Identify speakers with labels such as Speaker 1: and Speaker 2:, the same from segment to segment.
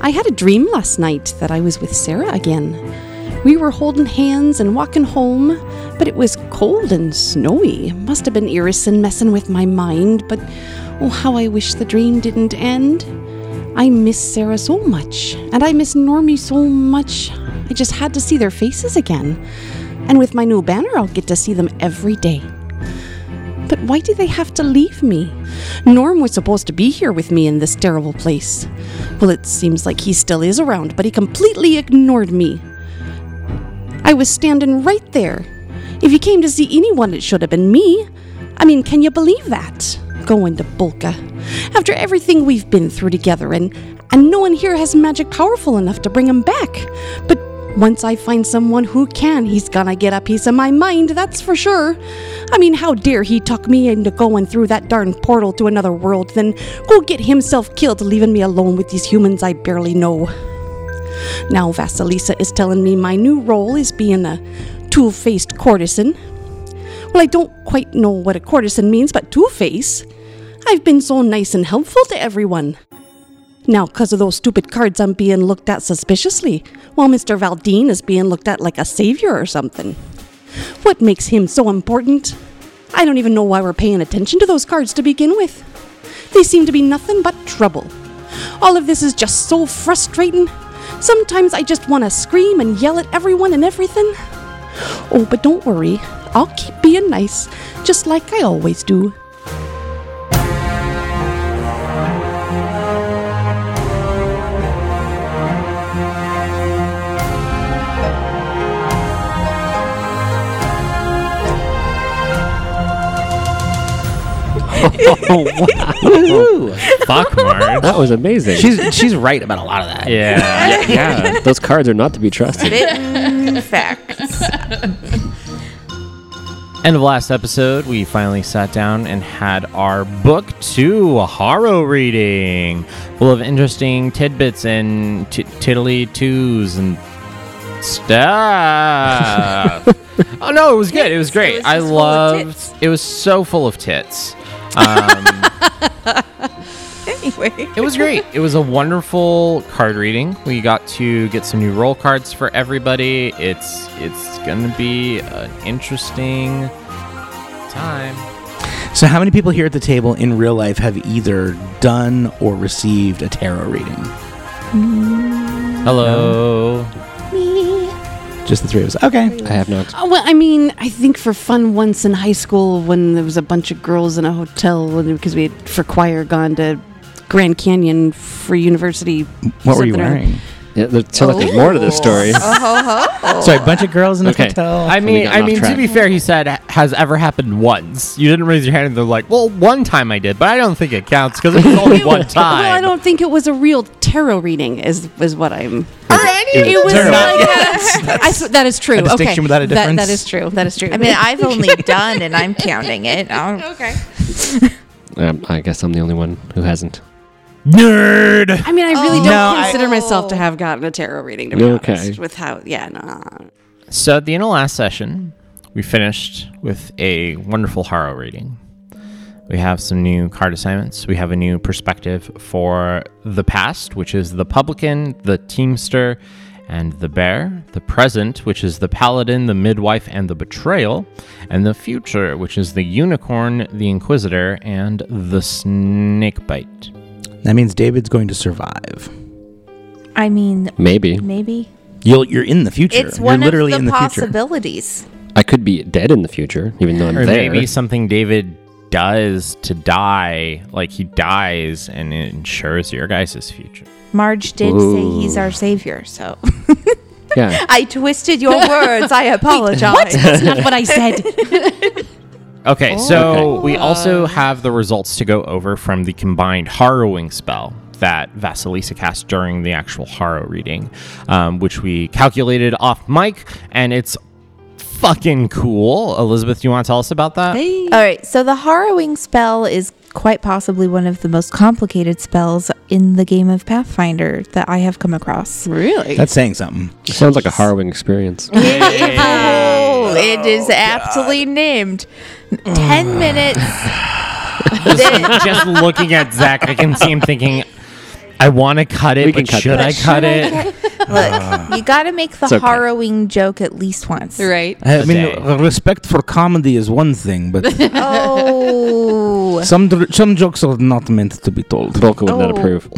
Speaker 1: I had a dream last night that I was with Sarah again. We were holding hands and walking home, but it was cold and snowy. Must have been Irison messing with my mind, but oh, how I wish the dream didn't end. I miss Sarah so much, and I miss Normie so much. I just had to see their faces again. And with my new banner, I'll get to see them every day. But why do they have to leave me? Norm was supposed to be here with me in this terrible place. Well, it seems like he still is around, but he completely ignored me. I was standing right there. If he came to see anyone, it should have been me. I mean, can you believe that? Going to Bulka. After everything we've been through together, and, and no one here has magic powerful enough to bring him back. But once I find someone who can, he's gonna get a piece of my mind, that's for sure. I mean, how dare he talk me into going through that darn portal to another world, then go get himself killed, leaving me alone with these humans I barely know. Now Vasilisa is telling me my new role is being a two faced courtesan. Well, I don't quite know what a courtesan means, but two face? I've been so nice and helpful to everyone. Now, because of those stupid cards, I'm being looked at suspiciously, while Mr. Valdine is being looked at like a savior or something. What makes him so important? I don't even know why we're paying attention to those cards to begin with. They seem to be nothing but trouble. All of this is just so frustrating. Sometimes I just want to scream and yell at everyone and everything. Oh, but don't worry. I'll keep being nice, just like I always do.
Speaker 2: Oh,
Speaker 3: Fuck, Marge.
Speaker 2: that was amazing.
Speaker 4: She's she's right about a lot of that.
Speaker 3: yeah.
Speaker 2: yeah, those cards are not to be trusted.
Speaker 5: Bitten facts.
Speaker 3: End of last episode, we finally sat down and had our book two Haro reading, full of interesting tidbits and t- tiddly twos and stuff. oh no, it was good. It was
Speaker 5: Tits.
Speaker 3: great.
Speaker 5: It was
Speaker 3: I
Speaker 5: just full
Speaker 3: loved.
Speaker 5: of tits.
Speaker 3: It was so full of tits. Um,
Speaker 5: Anyway.
Speaker 3: it was great. It was a wonderful card reading. We got to get some new roll cards for everybody. It's it's gonna be an interesting time.
Speaker 4: So how many people here at the table in real life have either done or received a tarot reading?
Speaker 3: Hello.
Speaker 4: Just the three of us. Okay.
Speaker 2: I have not.
Speaker 1: Oh, well, I mean, I think for fun once in high school when there was a bunch of girls in a hotel because we had for choir gone to Grand Canyon for university.
Speaker 4: What were you
Speaker 1: something or-
Speaker 4: wearing?
Speaker 2: Yeah, there sounds like there's more to this
Speaker 5: Oh.
Speaker 2: story.
Speaker 5: Uh-huh.
Speaker 4: Sorry, a bunch of girls in a
Speaker 2: Okay.
Speaker 4: hotel.
Speaker 3: I mean,
Speaker 2: got
Speaker 3: I
Speaker 2: off
Speaker 3: mean. To
Speaker 2: track.
Speaker 3: be fair, he said has ever happened once. You didn't raise your hand, and they're like, "Well, one time I did, but I don't think it counts because it was only one time."
Speaker 1: Well, I don't think it was a real tarot reading, is is what I'm.
Speaker 2: It was
Speaker 4: Tarot.
Speaker 1: like a- I s- that is true.
Speaker 4: a distinction
Speaker 1: okay.
Speaker 4: without a
Speaker 1: That-
Speaker 4: difference.
Speaker 1: that is true. That is true.
Speaker 5: I mean, I've only done and I'm counting it. I'll-
Speaker 6: Okay.
Speaker 2: Um, I guess I'm the only one who hasn't.
Speaker 4: Nerd.
Speaker 1: I mean, I really
Speaker 5: Oh.
Speaker 1: don't
Speaker 4: No, I-
Speaker 1: consider myself to have gotten a tarot reading. To be
Speaker 2: Okay.
Speaker 1: honest, with how, yeah, no.
Speaker 3: So at the end of last session, we finished with a wonderful Haro reading. We have some new card assignments. We have a new perspective for the past, which is the publican, the teamster, and the bear. The present, which is the paladin, the midwife, and the betrayal. And the future, which is the unicorn, the inquisitor, and the snake bite.
Speaker 4: That means David's going to survive.
Speaker 5: I mean,
Speaker 2: Maybe
Speaker 5: maybe.
Speaker 4: You'll you're in the future.
Speaker 5: It's one
Speaker 4: you're
Speaker 5: of
Speaker 4: literally
Speaker 5: the,
Speaker 4: in the future.
Speaker 5: possibilities.
Speaker 2: I could be dead in the future, even though I'm
Speaker 3: Or
Speaker 2: there.
Speaker 3: maybe something David does to die, like he dies and it ensures your guys' future.
Speaker 5: Marge did say he's
Speaker 2: Ooh.
Speaker 5: our savior, so.
Speaker 2: Yeah.
Speaker 5: I twisted your words. I apologize.
Speaker 1: That's not what I said.
Speaker 3: Okay, so we also have the results to go over from the combined harrowing spell that Vasilisa cast during the actual harrow reading, um, which we calculated off mic, and it's fucking cool. Elizabeth, you want to tell us about that?
Speaker 5: All right, so the harrowing spell is quite possibly one of the most complicated spells in the game of Pathfinder that I have come across.
Speaker 1: really?
Speaker 4: That's saying something.
Speaker 2: It sounds like a harrowing experience.
Speaker 5: Oh, it is aptly named. 10 minutes.
Speaker 3: Just looking at Zach, I can see him thinking. I want to cut it,
Speaker 2: We
Speaker 3: but
Speaker 2: can cut
Speaker 3: should
Speaker 2: that.
Speaker 3: I cut it?
Speaker 5: Look, you got to make the
Speaker 2: It's okay.
Speaker 5: harrowing joke at least once.
Speaker 1: Right.
Speaker 4: I
Speaker 3: A
Speaker 4: mean,
Speaker 3: day.
Speaker 4: uh, respect for comedy is one thing, but
Speaker 5: Oh.
Speaker 4: some dr- some jokes are not meant to be told.
Speaker 2: Volka would not
Speaker 5: Oh.
Speaker 2: approve.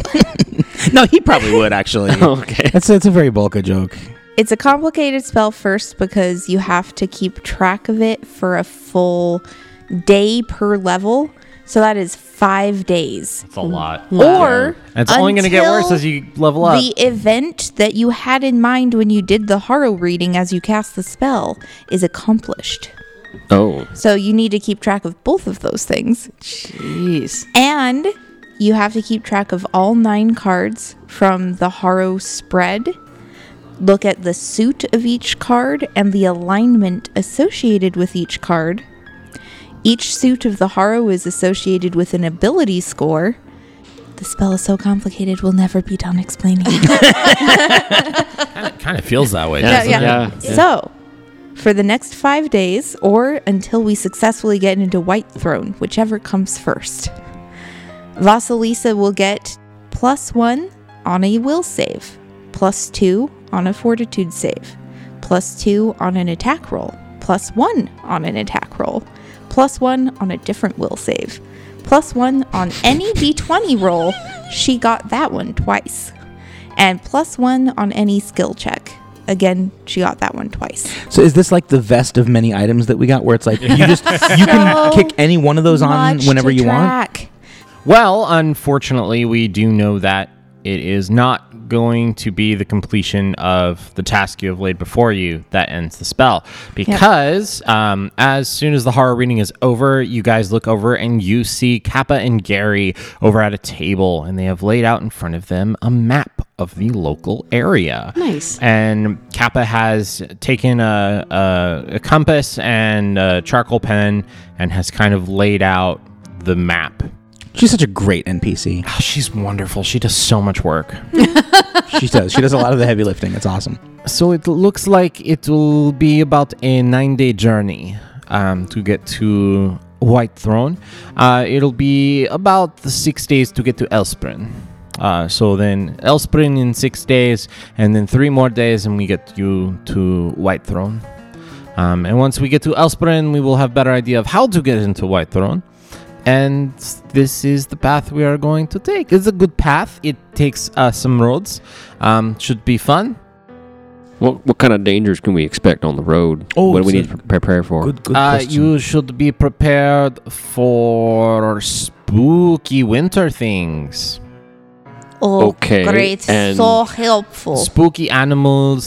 Speaker 4: No, he probably would actually.
Speaker 2: okay.
Speaker 4: That's that's a very bulka joke.
Speaker 5: It's a complicated spell first because you have to keep track of it for a full day per level. So that is five days.
Speaker 3: It's a lot.
Speaker 5: Or
Speaker 3: It's only going to get
Speaker 5: until
Speaker 3: worse as you level up.
Speaker 5: The event that you had in mind when you did the Haro reading as you cast the spell is accomplished.
Speaker 2: Oh.
Speaker 5: So you need to keep track of both of those things.
Speaker 1: Jeez.
Speaker 5: And you have to keep track of all nine cards from the Haro spread. Look at the suit of each card and the alignment associated with each card. Each suit of the Haro is associated with an ability score. The spell is so complicated, we'll never be done explaining.
Speaker 3: kind of feels that way.
Speaker 2: Yeah,
Speaker 3: doesn't
Speaker 2: yeah.
Speaker 3: it?
Speaker 5: So, for the next five days, or until we successfully get into White Throne, whichever comes first, Vasilisa will get plus one on a will save, plus two on a fortitude save, plus two on an attack roll, plus one on an attack roll, plus one on a different will save, plus one on any d20 roll. She got that one twice and plus one on any skill check. Again, she got that one twice.
Speaker 4: So is this like the vest of many items that we got, where it's like you just you can
Speaker 5: So
Speaker 4: kick any one of those on
Speaker 5: Much
Speaker 4: whenever
Speaker 5: to
Speaker 4: you want?
Speaker 5: track.
Speaker 3: Well, unfortunately, we do know that it is not going to be the completion of the task you have laid before you that ends the spell. Because um, as soon as the horror reading is over, you guys look over and you see Kappa and Gary over at a table, and they have laid out in front of them a map of the local area.
Speaker 1: Nice.
Speaker 3: And Kappa has taken a, a, a compass and a charcoal pen and has kind of laid out the map
Speaker 4: She's such a great NPC.
Speaker 3: Oh, she's wonderful. She does so much work.
Speaker 4: She does. She does a lot of the heavy lifting. It's awesome.
Speaker 3: so it looks like it will be about a nine day journey um, to get to White Throne. Uh, it'll be about the six days to get to Elsprin. Uh, so then Elsprin in six days, and then three more days, and we get you to White Throne. Um, and once we get to Elsprin, we will have better idea of how to get into White Throne. And this is the path we are going to take. It's a good path. It takes uh, some roads. Um, should be fun.
Speaker 2: What, what kind of dangers can we expect on the road?
Speaker 4: Oh,
Speaker 2: what do we
Speaker 4: it's
Speaker 2: need to prepare for?
Speaker 4: Good, good
Speaker 3: Uh,
Speaker 4: question.
Speaker 3: you should be prepared for spooky winter things,
Speaker 5: Oh,
Speaker 2: Okay,
Speaker 5: great.
Speaker 2: and-
Speaker 5: So helpful.
Speaker 3: spooky animals,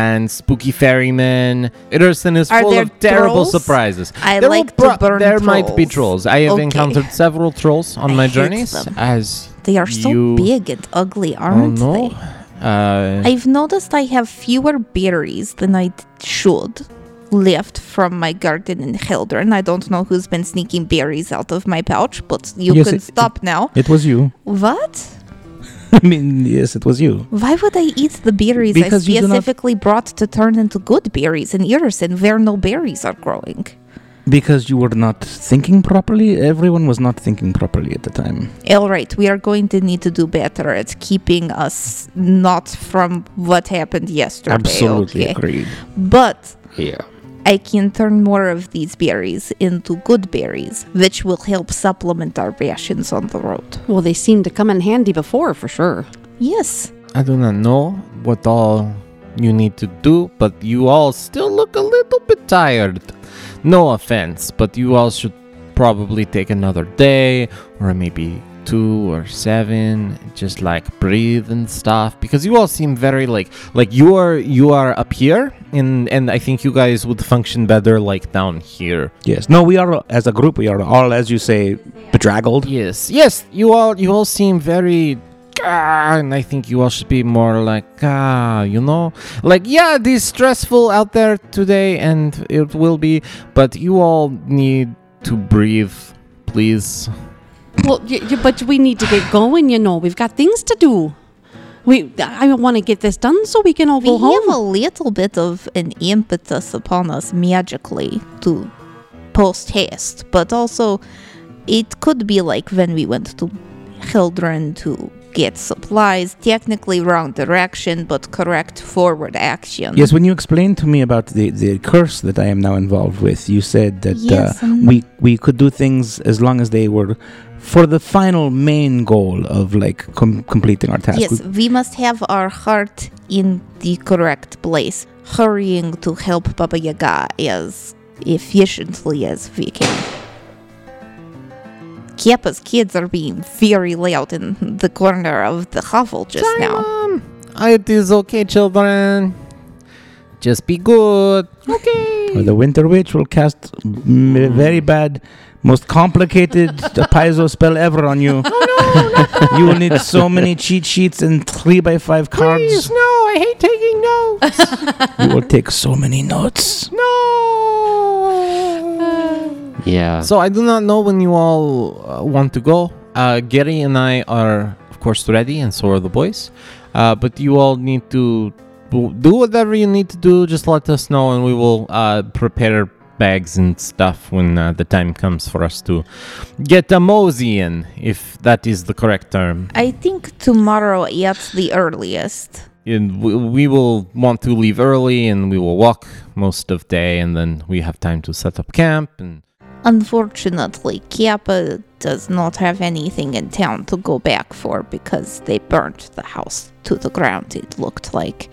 Speaker 3: and spooky ferrymen. Ederson is
Speaker 5: Are
Speaker 3: full
Speaker 5: there
Speaker 3: of terrible
Speaker 5: trolls?
Speaker 3: surprises.
Speaker 5: I
Speaker 3: There will
Speaker 5: like
Speaker 3: pro-
Speaker 5: to burn
Speaker 3: There might be
Speaker 5: trolls.
Speaker 3: trolls. I have
Speaker 5: Okay.
Speaker 3: encountered several trolls on
Speaker 5: I
Speaker 3: my
Speaker 5: hate
Speaker 3: journeys.
Speaker 5: them.
Speaker 3: As
Speaker 5: they are so
Speaker 3: you-
Speaker 5: big and ugly,
Speaker 3: oh
Speaker 5: aren't
Speaker 3: no,
Speaker 5: they?
Speaker 3: uh,
Speaker 5: I've noticed I have fewer berries than I d- should left from my garden in Heldren. I don't know who's been sneaking berries out of my pouch, but you
Speaker 4: Yes,
Speaker 5: can
Speaker 4: it-
Speaker 5: stop now.
Speaker 4: It was you.
Speaker 5: What?
Speaker 4: I mean, yes, it was you.
Speaker 5: Why would I eat the berries
Speaker 4: Because
Speaker 5: I
Speaker 4: you do not-
Speaker 5: specifically brought to turn into good berries in Irison where no berries are growing?
Speaker 4: Because you were not thinking properly. Everyone was not thinking properly at the time.
Speaker 5: All right, we are going to need to do better at keeping us not from what happened yesterday.
Speaker 4: Absolutely
Speaker 5: okay?
Speaker 4: agreed.
Speaker 5: But
Speaker 2: yeah.
Speaker 5: I can turn more of these berries into good berries, which will help supplement our rations on the road.
Speaker 1: Well, they seemed to come in handy before for sure.
Speaker 5: Yes.
Speaker 3: I do not know what all you need to do, but you all still look a little bit tired. No offense, but you all should probably take another day or maybe two or seven just like breathe and stuff because you all seem very like like you are you are up here and and i think you guys would function better like down here
Speaker 4: Yes. No, we are as a group. We are all, as you say, bedraggled.
Speaker 3: Yes, yes, you all you all seem very ah, and I think you all should be more like ah, you know, like yeah, it is stressful out there today and it will be, but you all need to breathe, please.
Speaker 1: Well, y- y- but we need to get going, you know. We've got things to do. We, I want to get this done so we can all go
Speaker 5: we have a
Speaker 1: home.
Speaker 5: little bit of an impetus upon us magically to post haste, but also it could be like when we went to Hildren to get supplies, technically wrong direction, but correct forward action.
Speaker 4: Yes, when you explained to me about the, the curse that I am now involved with, you said that
Speaker 5: Yes,
Speaker 4: uh,
Speaker 5: I'm-
Speaker 4: we we could do things as long as they were for the final main goal of like com- completing our task.
Speaker 5: Yes, we must have our heart in the correct place. Hurrying to help Baba Yaga as efficiently as we can. Kiepa's kids are being very loud in the corner of the hovel just now.
Speaker 3: Ah, It is okay, children. Just be good. Okay.
Speaker 4: Or the Winter Witch will cast m-
Speaker 5: Mm.
Speaker 4: very bad, most complicated piezo spell ever on you.
Speaker 5: Oh,
Speaker 4: you will need so many cheat sheets and three by five cards.
Speaker 3: no, I hate taking notes.
Speaker 4: You will take so many notes.
Speaker 3: no.
Speaker 2: Yeah.
Speaker 3: So I do not know when you all uh, want to go. Uh, Gary and I are, of course, ready, and so are the boys. Uh, but you all need to do do whatever you need to do. Just let us know, and we will uh, prepare bags and stuff when uh, the time comes for us to get a mosey in, if that is the correct term.
Speaker 5: I think tomorrow at the earliest.
Speaker 3: And we, we will want to leave early, and we will walk most of day, and then we have time to set up camp and.
Speaker 5: Unfortunately, Kiapa does not have anything in town to go back for because they burnt the house to the ground, it looked like.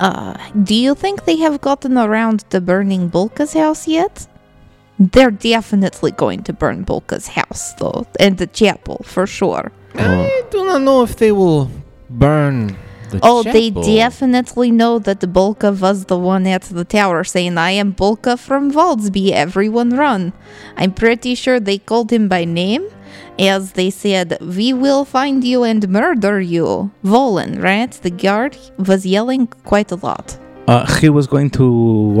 Speaker 5: Uh, do you think they have gotten around to burning Bulka's house yet? They're definitely going to burn Bulka's house, though, and the chapel, for sure.
Speaker 3: I do not know if they will burn the
Speaker 5: Oh, they
Speaker 3: chapel.
Speaker 5: definitely know that Bolka was the one at the tower saying, I am Bolka from Valdsby, everyone run. I'm pretty sure they called him by name as they said, We will find you and murder you. Volan, right? The guard was yelling quite a lot.
Speaker 4: Uh, he was going to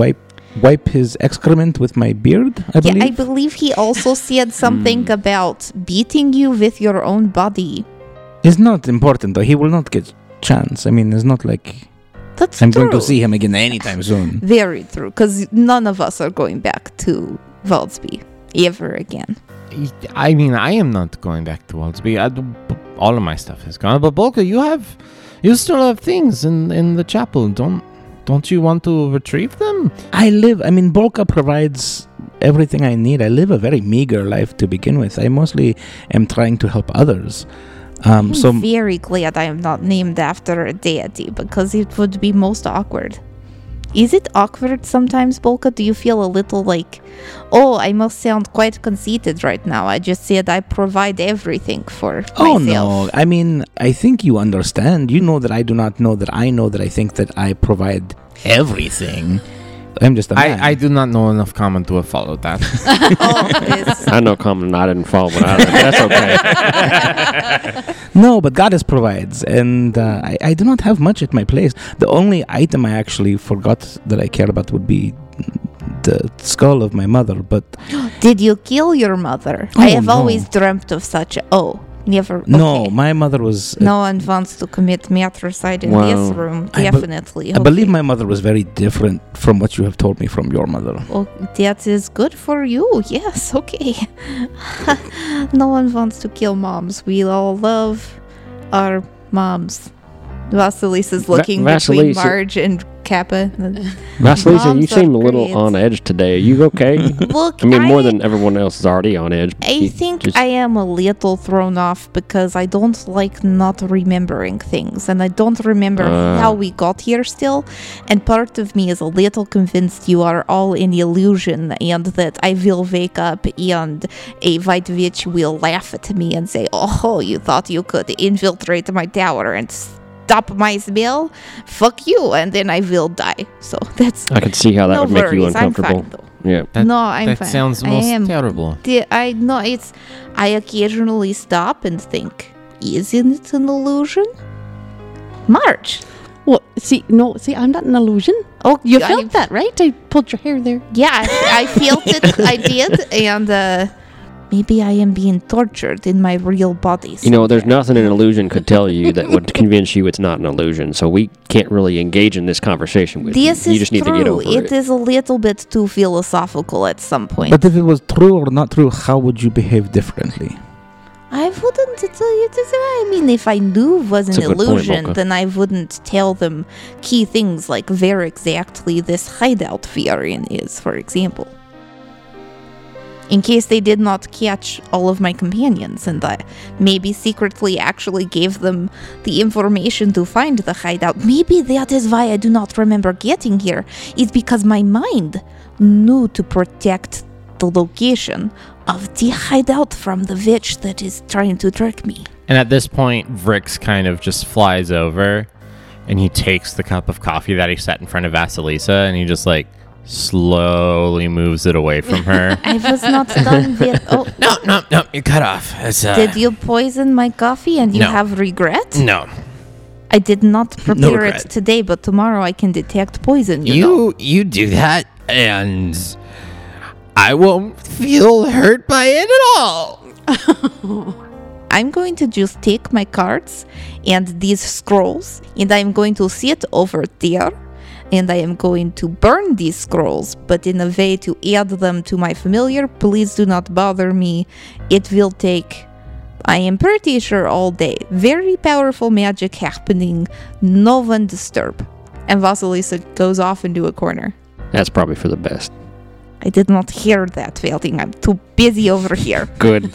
Speaker 4: wipe wipe his excrement with my beard. I believe. Hmm.
Speaker 5: Yeah, I believe he also said something about beating you with your own body.
Speaker 4: it's not important though. He will not get chance. I mean, it's not like
Speaker 5: That's
Speaker 4: I'm
Speaker 5: true.
Speaker 4: going to see him again anytime soon.
Speaker 5: Very true, because none of us are going back to Valdsby ever again.
Speaker 3: I mean, I am not going back to Waldsby. I, do- all of my stuff is gone. But Bolka, you have, you still have things in in the chapel. Don't don't you want to retrieve them?
Speaker 4: I live, I mean, Bolka provides everything I need. I live a very meager life to begin with. I mostly am trying to help others. Um,
Speaker 5: I'm
Speaker 4: so,
Speaker 5: Mm, very glad I am not named after a deity because it would be most awkward. Is it awkward sometimes, Bolka? Do you feel a little like, oh, I must sound quite conceited right now? I just said I provide everything for
Speaker 4: oh
Speaker 5: myself.
Speaker 4: no, I mean, I think you understand. You know that I do not know that I know that I think that I provide everything. I'm just a man.
Speaker 3: I I do not know enough common to have followed that.
Speaker 5: Oh, it's-
Speaker 2: I know common. I didn't fall, but I that's okay.
Speaker 4: No, but Goddess provides, and uh, I, I do not have much at my place. The only item I actually forgot that I care about would be the skull of my mother, but
Speaker 5: Did you kill your mother? I
Speaker 4: Oh,
Speaker 5: have
Speaker 4: no.
Speaker 5: always dreamt of such. A, oh, never.
Speaker 4: no,
Speaker 5: okay.
Speaker 4: my mother was uh, a
Speaker 5: no one wants to commit matricide in
Speaker 2: Wow.
Speaker 5: this room.
Speaker 4: I bel-
Speaker 5: Definitely.
Speaker 4: I believe
Speaker 5: okay.
Speaker 4: my mother was very different from what you have told me from your mother.
Speaker 5: Oh, that is good for you. Yes, okay. no one wants to kill moms. We all love our moms. Vassilis is looking between
Speaker 2: Vassilis-
Speaker 5: Marge and Kappa.
Speaker 2: Vasilisa, you
Speaker 5: Moms
Speaker 2: seem a
Speaker 5: are
Speaker 2: little
Speaker 5: great.
Speaker 2: on edge today. Are you okay?
Speaker 5: Look,
Speaker 2: I mean, more than everyone else is already on edge.
Speaker 5: I
Speaker 2: You
Speaker 5: think
Speaker 2: just-
Speaker 5: I am a little thrown off because I don't like not remembering things and I don't remember
Speaker 2: Uh.
Speaker 5: how we got here still. And part of me is a little convinced you are all in illusion and that I will wake up and a white witch will laugh at me and say, Oh, you thought you could infiltrate my tower and stop my spell? Fuck you. And then I will die. So that's
Speaker 2: I could see how that
Speaker 5: no
Speaker 2: would make you
Speaker 5: worries. I'm
Speaker 2: uncomfortable.
Speaker 5: fine though.
Speaker 2: Yeah.
Speaker 3: That-
Speaker 5: no, I'm
Speaker 3: that
Speaker 5: fine.
Speaker 3: sounds
Speaker 5: I
Speaker 3: most
Speaker 5: am
Speaker 3: terrible.
Speaker 5: the, I know it's. I occasionally stop and think, isn't it an illusion? March.
Speaker 1: Well, see, no, see, I'm not an illusion.
Speaker 5: Oh,
Speaker 1: You
Speaker 5: I-
Speaker 1: felt that, right? I pulled your hair there.
Speaker 5: Yeah, I, I felt it. I did, and uh, maybe I am being tortured in my real body.
Speaker 2: You know, there's nothing an illusion could tell you that would convince you it's not an illusion. So we can't really engage in this conversation with
Speaker 5: This
Speaker 2: you. You
Speaker 5: is
Speaker 2: just need
Speaker 5: true.
Speaker 2: to get over it.
Speaker 5: it is a little bit too philosophical at some point.
Speaker 4: But if it was true or not true, how would you behave differently?
Speaker 5: I wouldn't tell you this. I mean, if I knew it was
Speaker 2: It's
Speaker 5: an
Speaker 2: a good point,
Speaker 5: illusion,
Speaker 2: Mocha.
Speaker 5: then I wouldn't tell them key things like where exactly this hideout Fiorian is, for example. In case they did not catch all of my companions and I maybe secretly actually gave them the information to find the hideout. Maybe that is why I do not remember getting here, is because my mind knew to protect the location of the hideout from the witch that is trying to trick me.
Speaker 3: And at this point, Vrix kind of just flies over and he takes the cup of coffee that he set in front of Vasilisa and he just like slowly moves it away from her.
Speaker 5: I was not done yet. Oh,
Speaker 3: no, no, no, you're cut off. It's, uh,
Speaker 5: did you poison my coffee and you
Speaker 3: No.
Speaker 5: have regret?
Speaker 3: No.
Speaker 5: I did not prepare it
Speaker 3: regret.
Speaker 5: today, but tomorrow I can detect poison. You, know.
Speaker 3: You you do that and I won't feel hurt by it at all.
Speaker 5: I'm going to just take my cards and these scrolls, and I'm going to sit over there, and I am going to burn these scrolls, but in a way to add them to my familiar. Please do not bother me. It will take, I am pretty sure, all day. Very powerful magic happening. No one disturb. And Vasilisa goes off into a corner.
Speaker 2: That's probably for the best.
Speaker 5: I did not hear that, Velding. I'm too busy over here.
Speaker 2: Good.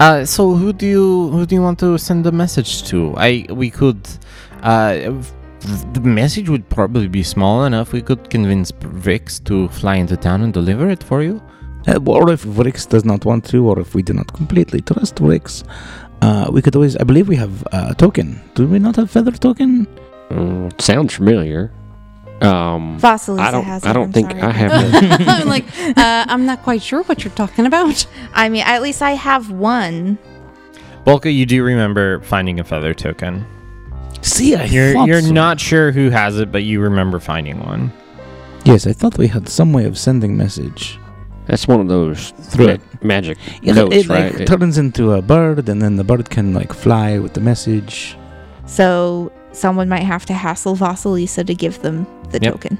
Speaker 3: Uh, so who do you who do you want to send the message to? I we could, uh, v- the message would probably be small enough. We could convince Vix to fly into town and deliver it for you.
Speaker 4: Uh, or if Vrix does not want to, or if we do not completely trust Vrix, uh, we could always. I believe we have uh, a token. Do we not have feather token?
Speaker 2: Mm, sounds familiar. Um,
Speaker 5: Vasilisa
Speaker 2: I don't.
Speaker 5: has it.
Speaker 2: I don't
Speaker 5: I'm
Speaker 2: think
Speaker 5: sorry.
Speaker 2: I have. it.
Speaker 1: I'm like, uh, I'm not quite sure what you're talking about.
Speaker 5: I mean, at least I have one.
Speaker 3: Bulka, you do remember finding a feather token.
Speaker 4: See, I
Speaker 3: You're
Speaker 4: thought
Speaker 3: you're
Speaker 4: so.
Speaker 3: not sure who has it, but you remember finding one.
Speaker 4: Yes, I thought we had some way of sending message.
Speaker 2: That's one of those
Speaker 4: Through
Speaker 2: ma-
Speaker 4: it.
Speaker 2: magic
Speaker 4: Yeah,
Speaker 2: notes,
Speaker 4: it
Speaker 2: right?
Speaker 4: like turns into a bird, and then the bird can like fly with the message.
Speaker 5: So someone might have to hassle Vasilisa to give them the
Speaker 3: Yep.
Speaker 5: token.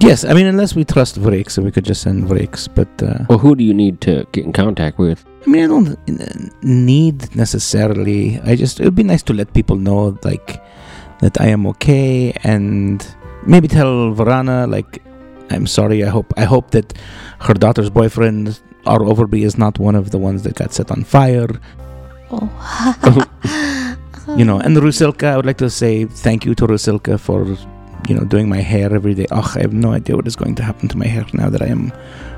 Speaker 4: Yes, I mean unless we trust Vrix, so we could just send Vrix. But uh,
Speaker 2: well, who do you need to get in contact with?
Speaker 4: I mean, I don't uh, need necessarily. I just it would be nice to let people know like that I am okay, and maybe tell Varana like I'm sorry. I hope I hope that her daughter's boyfriend or Overby is not one of the ones that got set on fire.
Speaker 5: Oh.
Speaker 4: You know, and Rusilka, I would like to say thank you to Rusilka for you know doing my hair every day. Oh, I have no idea what is going to happen to my hair now that I am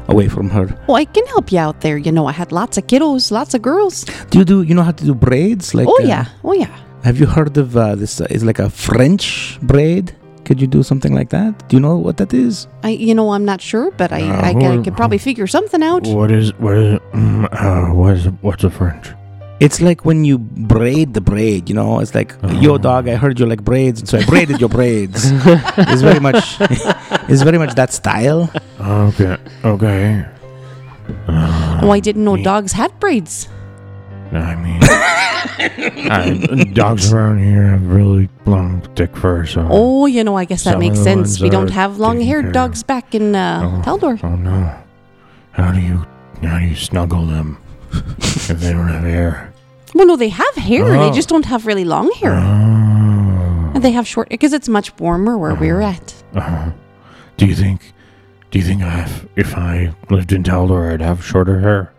Speaker 4: away from her.
Speaker 1: Well, Oh, I can help you out there. You know, I had lots of kiddos, lots of girls.
Speaker 4: Do you do you know how to do braids? Like
Speaker 1: oh,
Speaker 4: uh,
Speaker 1: yeah. Oh, yeah.
Speaker 4: Have you heard of uh, this? Uh, it's like a French braid. Could you do something like that? Do you know what that is?
Speaker 1: I, you know, I'm not sure, but I,
Speaker 3: Uh,
Speaker 1: I,
Speaker 3: who
Speaker 1: I
Speaker 3: are-
Speaker 1: could probably figure something out.
Speaker 3: What is what is mm, uh, what is what's a French?
Speaker 4: It's like when you braid the braid, you know? It's like, yo,
Speaker 3: Oh.
Speaker 4: dog, I heard you like braids, so I braided your braids. It's very much, it's very much that style.
Speaker 3: Okay, okay. Uh,
Speaker 1: Oh, I didn't know dogs had braids.
Speaker 3: I mean, dogs around here have really long, thick fur, so.
Speaker 1: Oh, you know, I guess that
Speaker 3: Some
Speaker 1: makes
Speaker 3: of the
Speaker 1: sense.
Speaker 3: ones
Speaker 1: We don't
Speaker 3: are
Speaker 1: have long-haired
Speaker 3: taken care of.
Speaker 1: dogs back in uh, Taldor.
Speaker 3: Oh no! How do you how do you snuggle them if they don't have hair?
Speaker 1: Well, no, they have hair. They
Speaker 3: Oh.
Speaker 1: just don't have really long hair.
Speaker 3: Oh.
Speaker 1: And they have short because it's much warmer where we're at.
Speaker 3: Uh-huh. Do you think do you think I have, if I lived in Taldor I'd have shorter hair?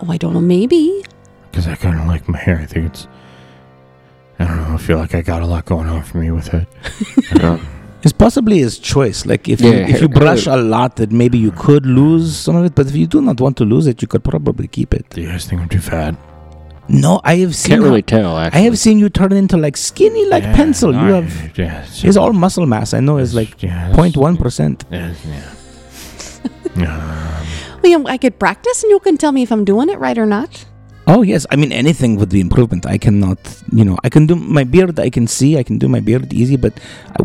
Speaker 1: Oh, I don't know. Maybe.
Speaker 3: Because I kind of like my hair. I think it's I don't know. I feel like I got a lot going on for me with it.
Speaker 4: It's possibly his choice. Like, if,
Speaker 2: Yeah,
Speaker 4: you, if you
Speaker 2: hair-
Speaker 4: brush a lot, that maybe you could lose some of it, but if you do not want to lose it, you could probably keep it.
Speaker 3: Do you guys think I'm too fat?
Speaker 4: No, I have seen.
Speaker 2: Can't really tell. Actually,
Speaker 4: I have seen you turn into like skinny like
Speaker 3: Yeah,
Speaker 4: pencil.
Speaker 3: no,
Speaker 4: You
Speaker 3: I-
Speaker 4: have.
Speaker 3: yeah, it's-
Speaker 4: It's all muscle mass. I know it's like
Speaker 3: yeah, it's-
Speaker 4: 0.1%.
Speaker 3: Yeah. yeah. Um,
Speaker 1: Well, you know, Oh, I could practice, and you can tell me if I'm doing it right or not.
Speaker 4: Oh yes, I mean anything would be improvement. I cannot, you know, I can do my beard. I can see. I can do my beard easy, but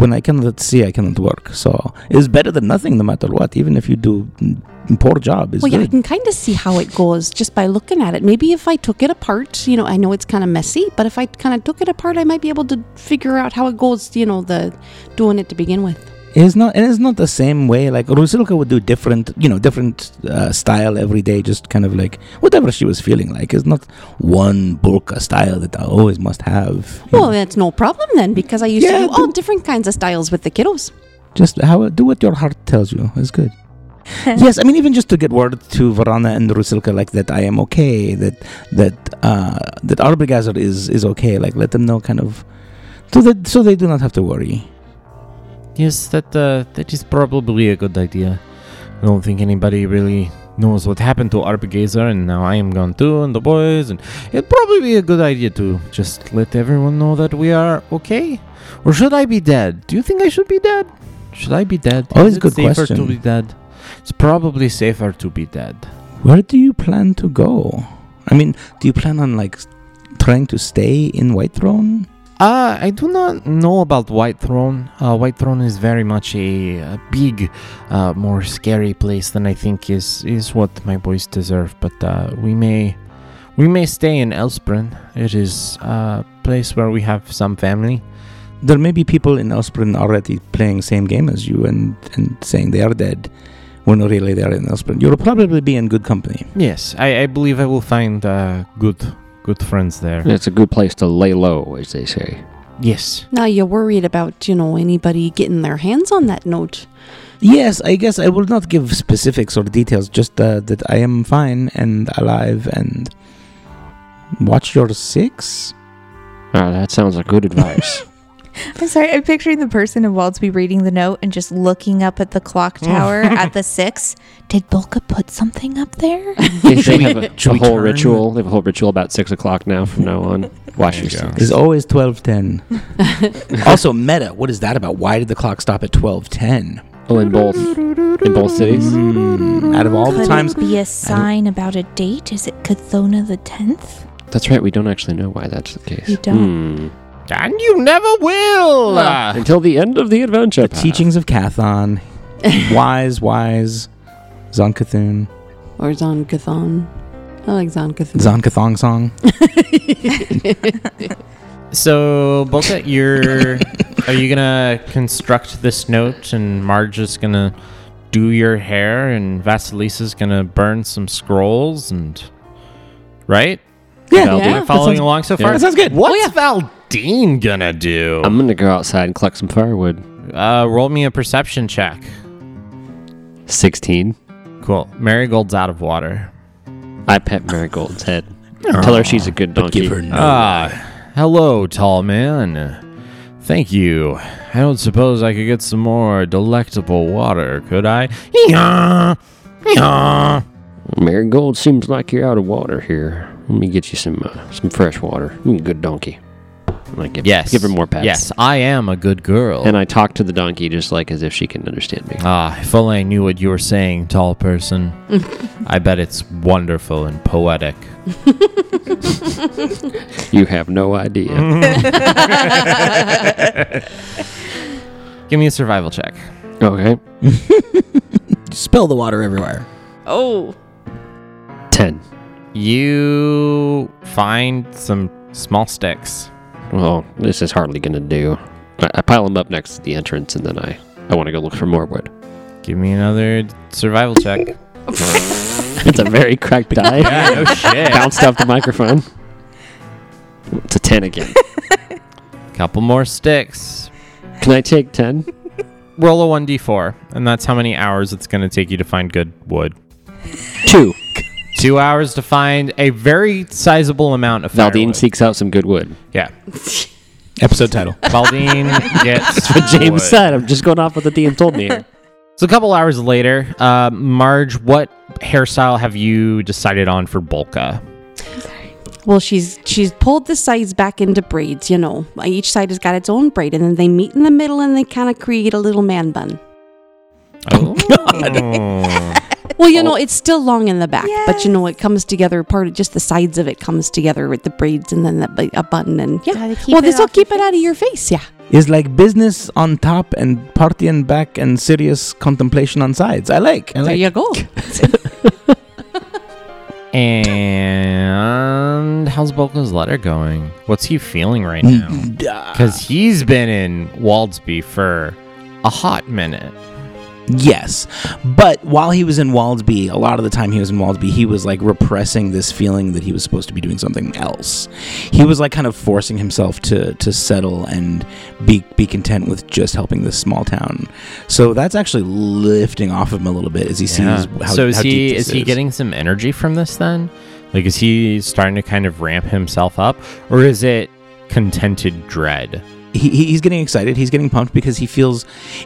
Speaker 4: when I cannot see, I cannot work. So it's better than nothing, no matter what. Even if you do mm, poor job, it's
Speaker 1: well, yeah, I
Speaker 4: good.
Speaker 1: can kind of see how it goes just by looking at it. Maybe if I took it apart, you know, I know it's kind of messy, but if I kind of took it apart, I might be able to figure out how it goes. You know, the doing it to begin with.
Speaker 4: It's not, and it's not the same way. Like Rusilka would do different, you know, different uh, style every day, just kind of like whatever she was feeling like. It's not one burka style that I always must have. you
Speaker 1: Well,
Speaker 4: know.
Speaker 1: that's no problem then, because I used
Speaker 4: Hmm. Yeah,
Speaker 1: to do all
Speaker 4: do-
Speaker 1: different kinds of styles with the kiddos.
Speaker 4: just how do what your heart tells you. It's good. yes, I mean even just to get word to Varana and Rusilka like that I am okay, that that uh that Arbogazar is is okay, like let them know kind of so that so they do not have to worry.
Speaker 3: Yes, that uh, that is probably a good idea. I don't think anybody really knows what happened to Arpgazer, and now I am gone too, and the boys, and it'd probably be a good idea to just let everyone know that we are okay. Or should I be dead? Do you think I should be dead? Should I be dead?
Speaker 4: Always
Speaker 3: Is it
Speaker 4: good
Speaker 3: safer to
Speaker 4: question.
Speaker 3: be dead? It's probably safer to be dead.
Speaker 4: Where do you plan to go? I mean, do you plan on like trying to stay in White Throne?
Speaker 3: Uh, I do not know about White Throne. Uh, White Throne is very much a, a big, uh, more scary place than I think is is what my boys deserve. But uh, we may we may stay in Elspren. It is a place where we have some family.
Speaker 4: There may be people in Elspren already playing same game as you and and saying they are dead when really they are in Elspren. You'll probably be in good company.
Speaker 3: Yes, I, I believe I will find uh, good good friends there.
Speaker 2: It's a good place to lay low, as they say.
Speaker 3: Yes.
Speaker 1: Now you're worried about, you know, anybody getting their hands on that note.
Speaker 4: Yes, I guess I will not give specifics or details, just uh, that I am fine and alive and watch your six.
Speaker 2: Ah, that sounds like good advice.
Speaker 5: I'm sorry, I'm picturing the person in Waldsby reading the note and just looking up at the
Speaker 3: Mm.
Speaker 5: clock tower at the six. Did Bulka put something up there?
Speaker 2: they they have a,
Speaker 3: should
Speaker 2: a
Speaker 3: we
Speaker 2: whole
Speaker 3: turn?
Speaker 2: ritual. They have a whole ritual about six o'clock now from now on. Watch
Speaker 3: There
Speaker 2: your
Speaker 3: you go.
Speaker 2: six.
Speaker 4: It's always 1210. also, meta, what is that about? Why did the clock stop at 1210?
Speaker 2: Oh, in both in both cities.
Speaker 4: Mm, out of all
Speaker 5: Could
Speaker 4: the times.
Speaker 5: it be a sign about a date? Is it Cthona the tenth?
Speaker 2: That's right. We don't actually know why that's the case.
Speaker 5: You don't.
Speaker 2: Hmm. Ah.
Speaker 3: And you never will.
Speaker 2: Until the end of the adventure.
Speaker 4: The
Speaker 2: path.
Speaker 4: teachings of Cathon. wise, wise. Zonkathun.
Speaker 1: Or Zonkathon. I like Zonkathon.
Speaker 4: Zonkathong song.
Speaker 3: So, Bolka, you're are you gonna construct this note, and Marge is gonna do your hair, and Vasilisa's gonna burn some scrolls, and right?
Speaker 2: Yeah.
Speaker 1: Yeah. That
Speaker 3: following
Speaker 4: sounds-
Speaker 3: along so far.
Speaker 4: That sounds good.
Speaker 3: What's
Speaker 1: Oh,
Speaker 3: Valdine gonna do?
Speaker 2: I'm gonna go outside and collect some firewood.
Speaker 3: uh, roll me a perception check.
Speaker 2: Sixteen.
Speaker 3: Cool. Marigold's out of water.
Speaker 2: I pet Marigold's head. Tell her she's a good donkey.
Speaker 3: Ah, hello, tall man. Thank you. I don't suppose I could get some more delectable water, could I? Yee-haw! Yee-haw!
Speaker 2: Marigold seems like you're out of water here. Let me get you some uh, some fresh water. You a good donkey. And I give,
Speaker 3: Yes.
Speaker 2: give her more pats.
Speaker 3: Yes, I am a good girl.
Speaker 2: And I talk to the donkey just like as if she can understand me.
Speaker 3: ah, if only I knew what you were saying, tall person. I bet it's wonderful and poetic.
Speaker 2: You have no
Speaker 3: Mm-hmm.
Speaker 2: idea.
Speaker 3: Give me a survival check.
Speaker 2: okay.
Speaker 6: Spill the water everywhere.
Speaker 1: Oh.
Speaker 2: Ten.
Speaker 3: You find some small sticks.
Speaker 2: Well, this is hardly gonna do. I, I pile them up next to the entrance and then I I want to go look for more wood.
Speaker 3: Give me another survival check.
Speaker 2: It's a very cracked die.
Speaker 3: yeah, no shit.
Speaker 2: Bounced off the microphone. It's a ten again.
Speaker 3: Couple more sticks.
Speaker 2: Can I take ten?
Speaker 3: roll a 1d4 and that's how many hours it's going to take you to find good wood
Speaker 2: Two.
Speaker 3: two hours to find a very sizable amount of
Speaker 2: Valdine
Speaker 3: firewood.
Speaker 2: seeks out some good wood.
Speaker 3: yeah
Speaker 4: Episode title.
Speaker 3: Valdine gets
Speaker 2: But James
Speaker 3: wood.
Speaker 2: said, I'm just going off what the DM told me.
Speaker 3: so a couple hours later uh, marge what hairstyle have you decided on for bulka
Speaker 1: Well, she's she's pulled the sides back into braids, you know. Each side has got its own braid, and then they meet in the middle and they kind of create a little man bun.
Speaker 3: oh
Speaker 1: Well,
Speaker 5: Oh.
Speaker 1: you know, it's still long in the back, but you know, it comes together. Part of just the sides of it comes together with the braids and then the, bu- a button, and yeah.
Speaker 5: Gotta keep
Speaker 1: Well,
Speaker 5: it
Speaker 1: this will
Speaker 5: off your
Speaker 1: keep it out of your face, yeah.
Speaker 4: is like business on top and party and back and serious contemplation on sides. I like. I
Speaker 1: There
Speaker 4: like.
Speaker 1: you go.
Speaker 3: and how's bulka's letter
Speaker 2: Mm.
Speaker 3: going what's he feeling right now because he's been in waldsby for a hot minute.
Speaker 4: Yes. But while he was in Waldsby, a lot of the time he was in Waldsby, he was like repressing this feeling that he was supposed to be doing something else. He was like kind of forcing himself to to settle and be be content with just helping this small town. So that's actually lifting off of him a little bit as he sees how
Speaker 3: so is
Speaker 4: how
Speaker 3: he
Speaker 4: deep
Speaker 3: is
Speaker 4: this
Speaker 3: he getting some energy from this then? Like is he starting to kind of ramp himself up or is it contented dread?
Speaker 4: he, he- he's getting excited. He's getting pumped because he feels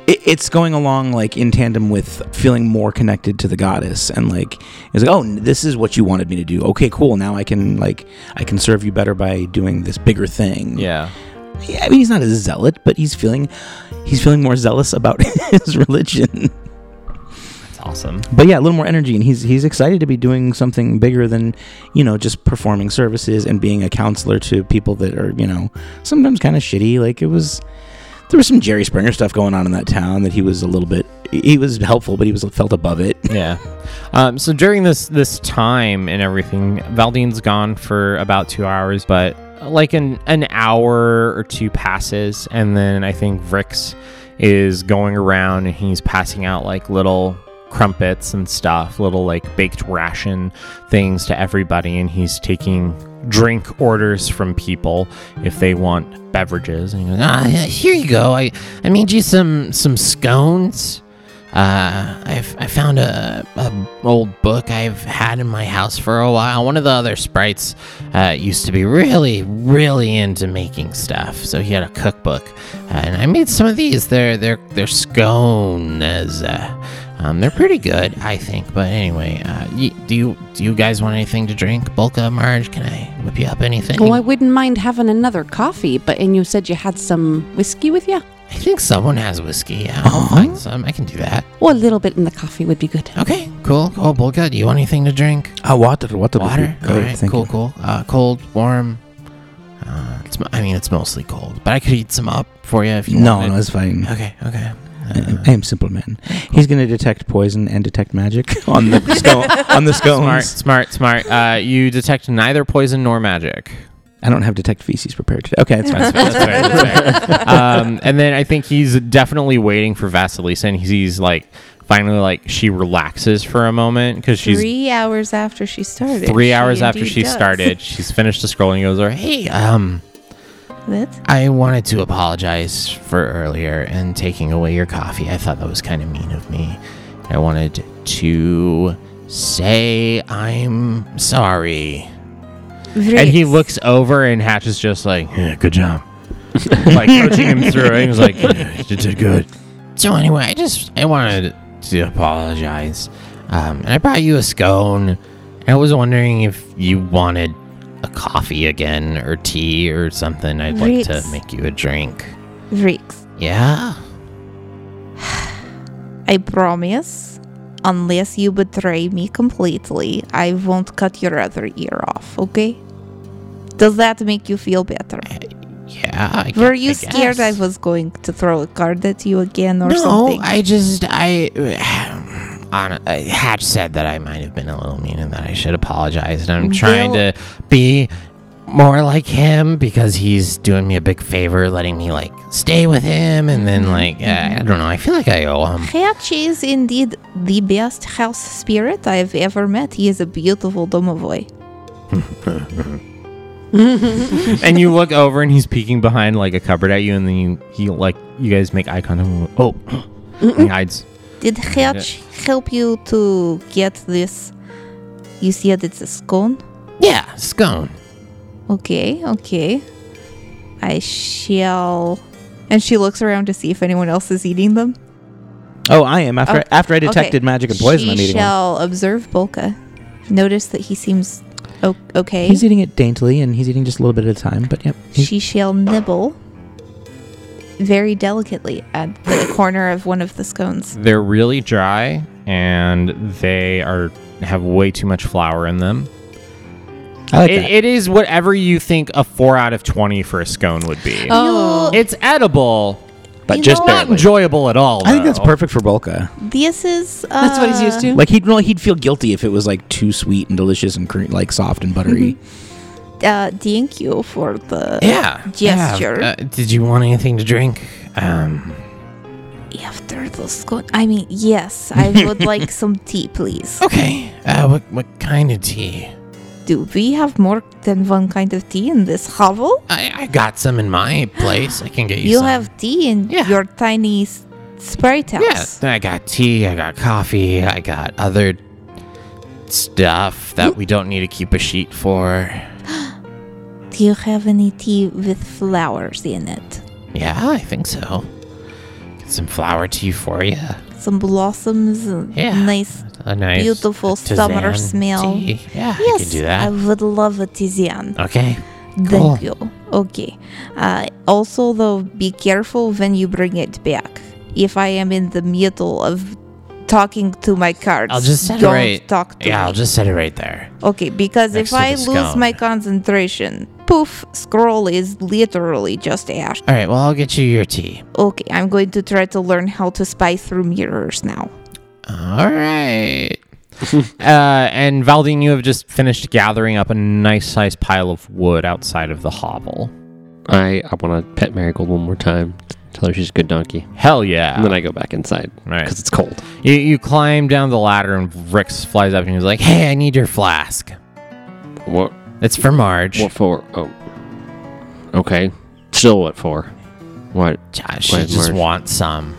Speaker 4: it, it's going along like in tandem with feeling more connected to the goddess. And like he's like, oh, n- this is what you wanted me to do. Okay, cool. Now I can like I can serve you better by doing this bigger thing.
Speaker 3: Yeah.
Speaker 4: Yeah, I mean, he's not a zealot, but he's feeling he's feeling more zealous about his religion.
Speaker 3: That's awesome.
Speaker 4: But yeah, a little more energy, and he's he's excited to be doing something bigger than you know just performing services and being a counselor to people that are you know sometimes kind of shitty. Like it was, there was some Jerry Springer stuff going on in that town that he was a little bit. He was helpful, but he was felt above it.
Speaker 3: yeah. Um, so during this this time and everything, Valdine's gone for about two hours, but uh, like an an hour or two passes, and then I think Vrix is going around and he's passing out like little crumpets and stuff, little like baked ration things to everybody, and he's taking drink orders from people if they want beverages. And he goes,
Speaker 7: Ah, yeah, here you go. I, I made you some some scones. Uh, I've, I found a, a old book I've had in my house for a while. One of the other sprites uh, used to be really, really into making stuff, so he had a cookbook, uh, and I made some of these. They're they're they're scones. Uh, um, they're pretty good, I think. But anyway, uh, y- do you do you guys want anything to drink? Bulka, Marge, can I whip you up anything?
Speaker 1: Oh, I wouldn't mind having another coffee, but and you said you had some whiskey with you?
Speaker 7: I think someone has whiskey. Yeah, I'll find some. I can do that.
Speaker 1: Well, a little bit in the coffee would be good.
Speaker 7: Okay, cool. Cool, Bulka. Do you want anything to drink?
Speaker 4: Ah, water, water,
Speaker 7: Water. All right. Cool, cool. Uh, cold, warm. Uh, it's, mo- I mean, it's mostly cold, but I could heat some up for you if you
Speaker 4: No,
Speaker 7: want.
Speaker 4: no, it's fine.
Speaker 7: Okay. Okay. Uh,
Speaker 4: I, I am simple man. He's gonna detect poison and detect magic on the scone, on the scones.
Speaker 3: Smart, smart, smart. Uh, you detect neither poison nor magic.
Speaker 4: I don't have detect feces prepared today. Okay, that's fine.
Speaker 3: That's fair, that's fair, that's fair. Um, and then I think he's definitely waiting for Vasilisa, and he's, he's like, finally, like she relaxes for a moment because she's three,
Speaker 5: three hours after she started.
Speaker 3: hours after
Speaker 5: indeed
Speaker 3: she
Speaker 5: does.
Speaker 3: started. She's finished the scroll and goes, "Hey,
Speaker 7: Hey, um,
Speaker 5: That's-
Speaker 7: I wanted to apologize for earlier and taking away your coffee. I thought that was kind of mean of me. I wanted to say I'm sorry.
Speaker 3: and he
Speaker 5: Vrix.
Speaker 3: looks over, and Hatch is just like, "Yeah, good job," like coaching him through. And he's like, "Yeah, "You did good."
Speaker 7: So anyway, I just I wanted to apologize. Um, and I brought you a scone. And I was wondering if you wanted a coffee again or tea or something. I'd like to
Speaker 5: Ritz.
Speaker 7: make you a drink.
Speaker 5: Vrix.
Speaker 7: Yeah.
Speaker 5: I promise, unless you betray me completely, I won't cut your other ear off, okay? Does that make you feel better?
Speaker 7: Yeah. I gu-
Speaker 5: Were you
Speaker 7: I
Speaker 5: scared I
Speaker 7: guess.
Speaker 5: was going to throw a card at you again or
Speaker 7: no,
Speaker 5: something?
Speaker 7: I just I on uh, Hatch said that I might have been a little mean and that I should apologize, and I'm trying to be more like him because he's doing me a big favor, letting me like stay with him, and
Speaker 5: Mm-hmm,
Speaker 7: then like uh, I don't know, I feel like I owe him.
Speaker 5: Hatch is indeed the best house spirit I have ever met. He is a beautiful domovoy.
Speaker 3: and you look over and he's peeking behind like a cupboard at you and then you he like you guys make eye contact and you go, oh and he hides
Speaker 5: Did Hatch help you to get this? You said it's a scone?
Speaker 7: Yeah, scone.
Speaker 5: Okay, okay. I shall. And she looks around to see if anyone else is eating them.
Speaker 4: Oh, I am after
Speaker 5: Oh,
Speaker 4: after I detected
Speaker 5: Okay.
Speaker 4: magic and poison.
Speaker 5: She
Speaker 4: I'm eating one.
Speaker 5: shall observe Bulka. Notice that he seems o- okay.
Speaker 4: He's eating it daintily, and he's eating just a little bit at a time. But yep, he's-
Speaker 5: she shall nibble very delicately at the corner of one of the scones.
Speaker 3: they're really dry and they are have way too much flour in them
Speaker 4: I like
Speaker 3: it,
Speaker 4: that.
Speaker 3: it is whatever you think a 4 out of 20 for a scone would be
Speaker 5: Oh.
Speaker 3: it's edible
Speaker 2: But
Speaker 5: You
Speaker 2: just
Speaker 5: know-
Speaker 3: not
Speaker 2: barely.
Speaker 3: enjoyable at all
Speaker 4: I think that's
Speaker 3: though.
Speaker 4: perfect for Bulka.
Speaker 5: This is. Uh,
Speaker 1: That's what he's used to.
Speaker 4: Like he'd no, he'd feel guilty if it was like too sweet and delicious and cre- like soft and buttery.
Speaker 5: Uh, thank you for the.
Speaker 7: Yeah. yeah.
Speaker 5: Gesture.
Speaker 7: Uh, did you want anything to drink? Um,
Speaker 5: after the scone. I mean, yes, I would like some tea, please.
Speaker 7: Okay. Uh, what what kind of tea?
Speaker 5: Do we have more than one kind of tea in this hovel?
Speaker 7: I, I got some in my place. I can get you.
Speaker 5: You
Speaker 7: some.
Speaker 5: have tea in
Speaker 7: Yeah.
Speaker 5: your tiny s- sprite house.
Speaker 7: Yeah, I got tea, I got coffee, I got other stuff that we don't need to keep a sheet for.
Speaker 5: Do you have any tea with flowers in it?
Speaker 7: Yeah, I think so. Get some flower tea for you.
Speaker 5: Some blossoms, and
Speaker 7: Yeah.
Speaker 5: nice.
Speaker 7: A nice
Speaker 5: Beautiful summer
Speaker 7: tisane
Speaker 5: smell.
Speaker 7: Tea. Yeah, I
Speaker 5: yes,
Speaker 7: can do that.
Speaker 5: I would love a tizian.
Speaker 7: okay.
Speaker 5: Thank you. Okay. Uh, also, though, be careful when you bring it back. If I am in the middle of talking to my cards,
Speaker 7: I'll just set it
Speaker 5: don't
Speaker 7: right.
Speaker 5: talk to
Speaker 7: yeah,
Speaker 5: me.
Speaker 7: I'll just set it right there.
Speaker 5: okay, because if
Speaker 7: next to the
Speaker 5: I lose
Speaker 7: scone.
Speaker 5: my concentration, poof, scroll is literally just ash.
Speaker 7: All right, well, I'll get you your tea.
Speaker 5: Okay, I'm going to try to learn how to spy through mirrors now.
Speaker 3: All right. uh, and Valdine, you have just finished gathering up a nice sized pile of wood outside of the hovel.
Speaker 2: I, I want to pet Marigold one more time. Tell her she's a good donkey.
Speaker 3: Hell yeah.
Speaker 2: And then I go back inside
Speaker 3: Right.
Speaker 2: because it's cold.
Speaker 3: You, you climb down the ladder, and Rix flies up and he's like, Hey, I need your flask.
Speaker 2: What?
Speaker 7: It's for Marge.
Speaker 2: What for? Oh. Okay. Still what for? What?
Speaker 7: Uh, she
Speaker 2: Where's
Speaker 7: just
Speaker 2: Marge?
Speaker 7: wants some.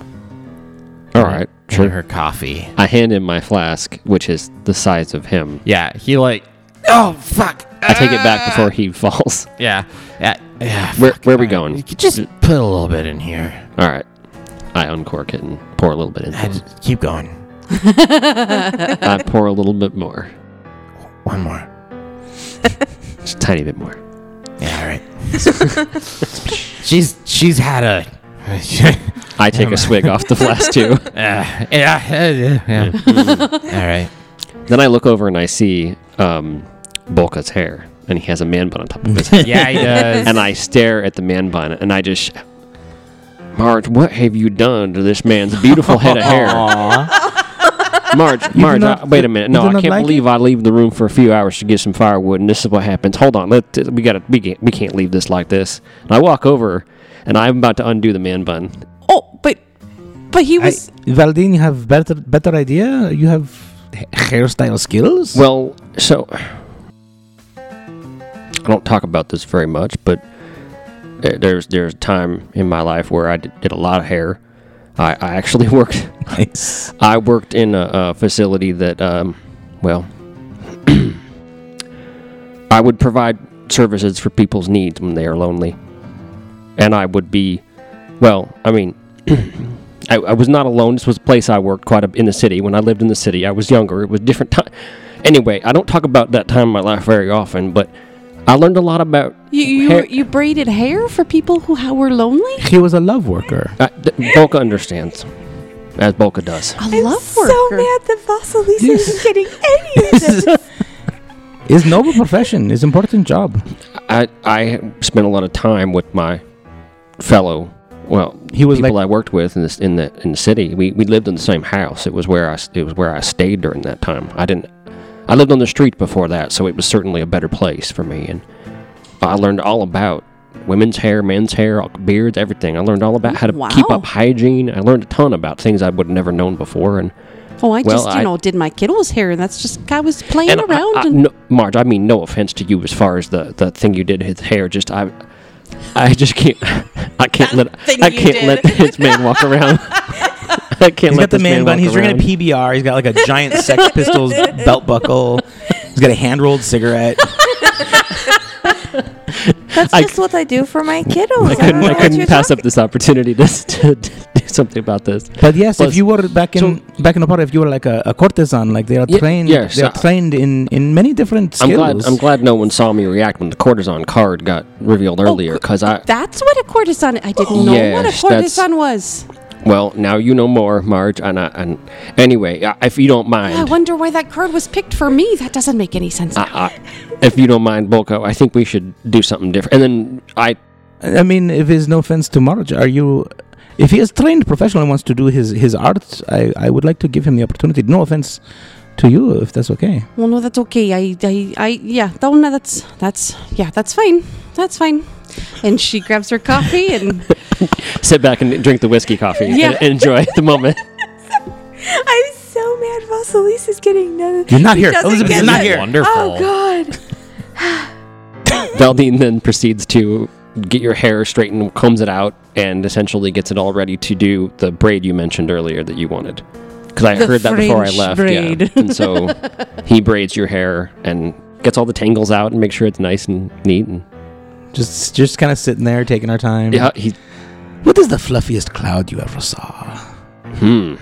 Speaker 2: All right.
Speaker 7: Sure.
Speaker 2: Sure.
Speaker 7: Her coffee.
Speaker 2: I hand him my flask, which is the size of him.
Speaker 3: Yeah, he like,
Speaker 7: Oh, fuck.
Speaker 2: I take it
Speaker 7: Ah.
Speaker 2: back before he falls.
Speaker 3: yeah, yeah.
Speaker 7: Yeah,
Speaker 2: Ah. Where, where are we
Speaker 7: You
Speaker 2: going?
Speaker 7: could just put a little bit in here.
Speaker 2: All right. I uncork it and pour a little bit in.
Speaker 7: I just- keep going.
Speaker 2: I pour a little bit more.
Speaker 7: One more.
Speaker 2: Just a tiny bit more.
Speaker 7: Yeah, all right. she's she's had a. uh,
Speaker 2: I take a swig off the flask too.
Speaker 7: yeah, yeah, yeah. all right.
Speaker 2: Then I look over and I see um, Bolka's hair, and he has a man bun on
Speaker 4: Mm-hmm.
Speaker 2: top of his head.
Speaker 3: Yeah, he does.
Speaker 2: and I stare at the man bun, and I just, Marge, what have you done to this man's beautiful head of hair?
Speaker 4: Aw.
Speaker 2: Marge,
Speaker 4: do
Speaker 2: Marge,
Speaker 4: not-
Speaker 2: I, wait a minute.
Speaker 4: you
Speaker 2: No,
Speaker 4: do
Speaker 2: I
Speaker 4: not
Speaker 2: can't
Speaker 4: like
Speaker 2: believe I leave the room for a few hours to get some firewood, and this is what happens. Hold on, let we gotta we can't, we can't leave this like this. And I walk over, and I'm about to undo the man bun.
Speaker 1: Oh, but but he
Speaker 4: I,
Speaker 1: was
Speaker 4: Valdine, you have better better idea. You have ha- hairstyle skills.
Speaker 2: Well, so I don't talk about this very much, but uh, there's there's a time in my life where I did, did a lot of hair. I, I actually worked
Speaker 4: nice.
Speaker 2: I worked in a, a facility that um, well I would provide services for people's needs when they are lonely, and I would be well. I mean. I, I was not alone. This was a place I worked quite a, in the city. When I lived in the city, I was younger. It was different time. Anyway, I don't talk about that time in my life very often, but I learned a lot about
Speaker 1: you you,
Speaker 2: hair-
Speaker 1: you braided hair for people who ha- were lonely.
Speaker 4: He was a love worker.
Speaker 2: uh, th- Bolka understands, as Bolka does.
Speaker 1: A love worker.
Speaker 5: so mad that Vasilisa
Speaker 4: Yes.
Speaker 5: isn't getting any of this.
Speaker 4: It's noble profession. It's important job.
Speaker 2: I I spent a lot of time with my fellow well
Speaker 4: He was
Speaker 2: people
Speaker 4: like
Speaker 2: I worked with in this in the in the city. We we lived in the same house. It was where I s- it was where I stayed during that time. I didn't I lived on the street before that, so it was certainly a better place for me. And I learned all about women's hair, men's hair, all- beards, everything. I learned all about how to keep
Speaker 1: Wow.
Speaker 2: up hygiene. I learned a ton about things I would never known before. And
Speaker 1: Oh, I
Speaker 2: Well,
Speaker 1: just you
Speaker 2: I-
Speaker 1: know did my kiddo's hair, and that's just I was playing
Speaker 2: and I-
Speaker 1: around.
Speaker 2: I-
Speaker 1: and
Speaker 2: no, Marge, I mean no offense to you as far as the, the thing you did his hair. Just I, I just can't. I can't let.
Speaker 1: thing
Speaker 2: I
Speaker 1: you
Speaker 2: can't let this man walk around. I can't
Speaker 4: He's got
Speaker 2: let
Speaker 4: the
Speaker 2: this
Speaker 4: man bun.
Speaker 2: walk
Speaker 4: He's drinking
Speaker 2: around.
Speaker 4: a PBR. He's got like a giant Sex Pistols belt buckle. He's got a hand rolled cigarette.
Speaker 5: That's
Speaker 2: I-
Speaker 5: just what I do for my kiddos.
Speaker 2: I
Speaker 5: I don't
Speaker 2: couldn't,
Speaker 5: know
Speaker 2: I
Speaker 5: what
Speaker 2: couldn't
Speaker 5: you're
Speaker 2: pass
Speaker 5: talking-
Speaker 2: up this opportunity to, s- to, to do something about this.
Speaker 4: But yes,
Speaker 2: Plus-
Speaker 4: if you were back in back in Opara, if you were like a, a courtesan, like they are
Speaker 2: Ye-
Speaker 4: trained,
Speaker 2: yes,
Speaker 4: they are
Speaker 2: uh,
Speaker 4: trained in in many different
Speaker 2: I'm
Speaker 4: skills.
Speaker 2: glad. I'm glad no one saw me react when the cortisone card got revealed
Speaker 1: Oh,
Speaker 2: earlier. Because I,
Speaker 1: that's what a courtesan. I didn't know what a
Speaker 2: Yes, that's-
Speaker 1: courtesan was.
Speaker 2: well, now you know more, Marge. And I, and anyway, I- if you don't mind,
Speaker 1: I wonder why that card was picked for me. That doesn't make any sense. now.
Speaker 2: I, I, if you don't mind, Bolko, I think we should do something different. And then I,
Speaker 4: I mean, if it's no offense to Marge, are you? If he is trained professional and wants to do his his art, I I would like to give him the opportunity. No offense to you, if that's okay.
Speaker 1: Well, no, that's okay. I, I, I yeah, no, no, that's, that's, yeah, that's fine. That's fine. And she grabs her coffee and
Speaker 2: sit back and drink the whiskey coffee
Speaker 1: Yeah.
Speaker 2: and enjoy the moment.
Speaker 5: I'm so mad Vasilisa's getting no.
Speaker 4: You're not here.
Speaker 5: doesn't
Speaker 4: Elizabeth
Speaker 5: get
Speaker 4: is not
Speaker 5: it.
Speaker 4: here.
Speaker 3: Wonderful.
Speaker 5: Oh God.
Speaker 2: Valdine then proceeds to get your hair straightened, combs it out, and essentially gets it all ready to do the braid you mentioned earlier that you wanted. Because I
Speaker 1: The
Speaker 2: heard that before I
Speaker 1: French
Speaker 2: left.
Speaker 1: braid.
Speaker 2: Yeah. And so he braids your hair and gets all the tangles out and makes sure it's nice and neat. And
Speaker 4: Just, just kind of sitting there, taking our time.
Speaker 2: yeah, he.
Speaker 4: What is the fluffiest cloud you ever saw?
Speaker 2: Hmm.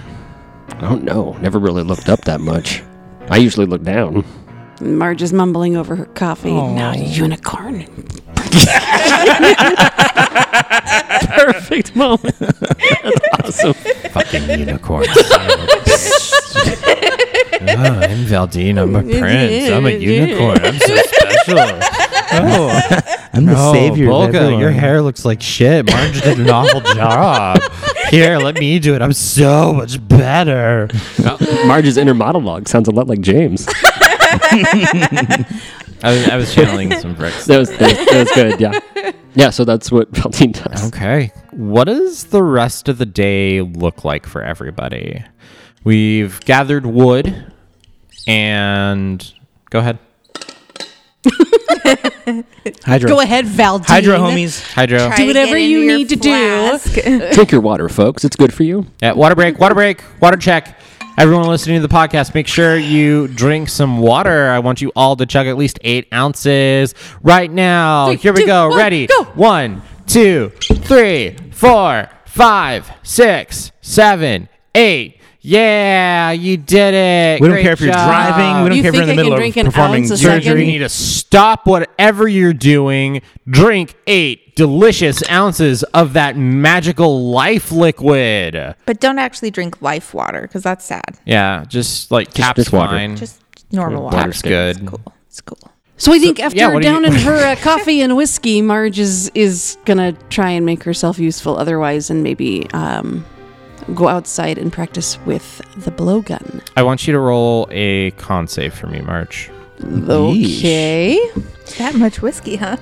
Speaker 2: I don't know. Never really looked up that much. I usually look down.
Speaker 1: Marge is mumbling over her coffee. Now, unicorn.
Speaker 2: Perfect moment. That's awesome.
Speaker 3: Fucking unicorn. oh, I'm Valdine. I'm a prince. I'm a unicorn. I'm so special.
Speaker 4: Oh, I'm the
Speaker 3: Oh,
Speaker 4: savior. of
Speaker 3: Volga,
Speaker 4: everyone.
Speaker 3: your hair looks like shit. Marge did an awful job. Here, let me do it. I'm so much better.
Speaker 2: Marge's inner monologue sounds a lot like James.
Speaker 3: I was, I was channeling some bricks.
Speaker 2: That was, that was, that was good. Yeah. Yeah. So that's what Valdine does.
Speaker 3: Okay. What does the rest of the day look like for everybody? We've gathered wood and go ahead.
Speaker 4: Hydra.
Speaker 1: Go ahead, Valdine.
Speaker 4: Hydra, homies.
Speaker 3: Hydro.
Speaker 5: Try
Speaker 1: Do
Speaker 5: to
Speaker 1: whatever
Speaker 5: get
Speaker 1: you
Speaker 5: into your
Speaker 1: need to do.
Speaker 5: flask.
Speaker 2: Drink your water, folks. It's good for you.
Speaker 3: Yeah, water break, water break, water check. Everyone listening to the podcast, make sure you drink some water. I want you all to chug at least eight ounces right now.
Speaker 1: Three,
Speaker 3: Here we
Speaker 1: two,
Speaker 3: go.
Speaker 1: one,
Speaker 3: Ready?
Speaker 1: go.
Speaker 3: One, two, three, four, five, six, seven, eight. Yeah, you did it.
Speaker 4: We don't
Speaker 3: Great
Speaker 4: care if you're
Speaker 3: job.
Speaker 4: driving. We don't
Speaker 1: You
Speaker 4: care if you're in the
Speaker 1: think I
Speaker 4: middle
Speaker 1: can drink an
Speaker 4: of performing
Speaker 1: ounce a
Speaker 4: surgery.
Speaker 1: second?
Speaker 3: You need to stop whatever you're doing. Drink eight delicious ounces of that magical life liquid.
Speaker 5: But don't actually drink life water because that's sad.
Speaker 3: Yeah, just like caps
Speaker 2: just water.
Speaker 3: fine.
Speaker 5: Just normal water.
Speaker 3: Tap's good.
Speaker 5: It's cool. It's cool.
Speaker 1: So I think after
Speaker 3: yeah, what do you-
Speaker 1: down in her uh, coffee and whiskey, Marge is is gonna try and make herself useful otherwise, and maybe um, go outside and practice with the blowgun.
Speaker 3: I want you to roll a con save for me, March.
Speaker 1: Okay.
Speaker 5: That much whiskey, huh?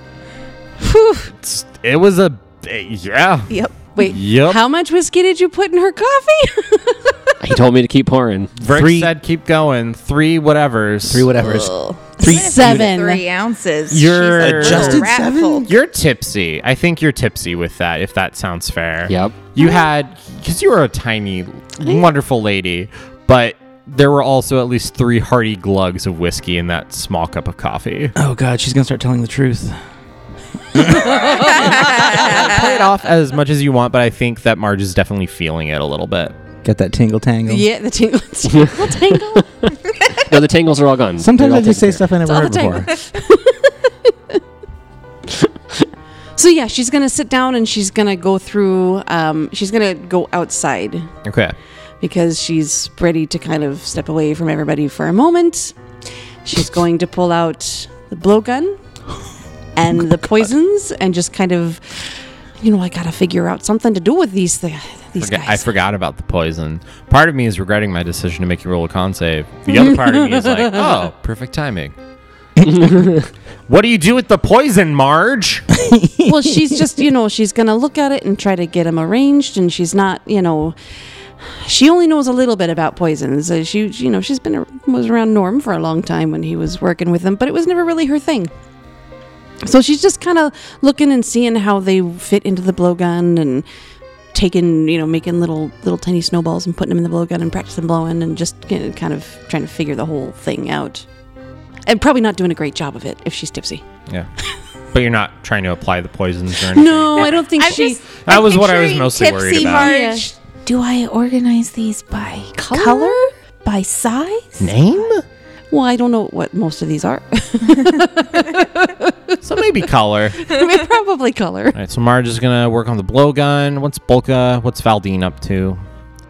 Speaker 3: It's, it was a eh, yeah.
Speaker 5: Yep.
Speaker 1: Wait.
Speaker 3: Yep.
Speaker 1: How much whiskey did you put in her coffee?
Speaker 2: He told me to keep pouring.
Speaker 3: Brick
Speaker 4: Three-
Speaker 3: said keep going. Three whatevers.
Speaker 4: Three whatever's.
Speaker 1: Three
Speaker 5: Even if it's
Speaker 1: seven.
Speaker 5: Three ounces.
Speaker 3: You're-
Speaker 5: She's a
Speaker 4: Adjusted
Speaker 5: rat
Speaker 4: seven?
Speaker 5: full.
Speaker 3: You're tipsy. I think you're tipsy with that, if that sounds fair.
Speaker 2: Yep.
Speaker 3: You had because you were a tiny, wonderful lady, but there were also at least three hearty glugs of whiskey in that small cup of coffee.
Speaker 4: Oh God, she's gonna start telling the truth.
Speaker 3: Play it off as much as you want, but I think that Marge is definitely feeling it a little bit.
Speaker 4: Got that tingle tangle.
Speaker 1: yeah, the tingle, tingle, tingle.
Speaker 2: No, the tangles are all gone.
Speaker 4: Sometimes
Speaker 2: They're
Speaker 4: I
Speaker 2: all
Speaker 4: just say
Speaker 2: taken care
Speaker 4: stuff I never
Speaker 1: all
Speaker 4: heard
Speaker 1: the
Speaker 4: before.
Speaker 1: So yeah, she's gonna sit down and she's gonna go through. Um, she's gonna go outside
Speaker 3: Okay.
Speaker 1: because she's ready to kind of step away from everybody for a moment. She's going to pull out the blowgun
Speaker 3: Oh
Speaker 1: and the poisons and just kind of, you know, I gotta figure out something to do with these thi- these
Speaker 3: Forget- I
Speaker 1: guys.
Speaker 3: forgot about the poison. Part of me is regretting my decision to make you roll a con save. The other part of me is like, oh, perfect timing. what do you do with the poison, Marge?
Speaker 1: well, she's just, you know, she's gonna look at it and try to get them arranged, and she's not, you know. She only knows a little bit about poisons. Uh, She, you know, she's been a- was around Norm for a long time when he was working with them, but it was never really her thing. So she's just kind of looking and seeing how they fit into the blowgun and taking, you know, making little little tiny snowballs and putting them in the blowgun and practicing blowing and just you know, kind of trying to figure the whole thing out. And probably not doing a great job of it if she's tipsy.
Speaker 3: yeah. But you're not trying to apply the poisons or anything.
Speaker 1: No, I don't think
Speaker 5: I'm
Speaker 1: she.
Speaker 5: just-
Speaker 3: That
Speaker 5: I'm
Speaker 3: was what I was
Speaker 5: picturing
Speaker 3: mostly worried
Speaker 5: tipsy
Speaker 3: about.
Speaker 5: Marge. Do I organize these by color? By size?
Speaker 3: Name?
Speaker 1: Well, I don't know what most of these are.
Speaker 3: So maybe color. All
Speaker 1: Probably color.
Speaker 3: right, so Marge is going to work on the blowgun. What's Bolka? What's Valdine up to?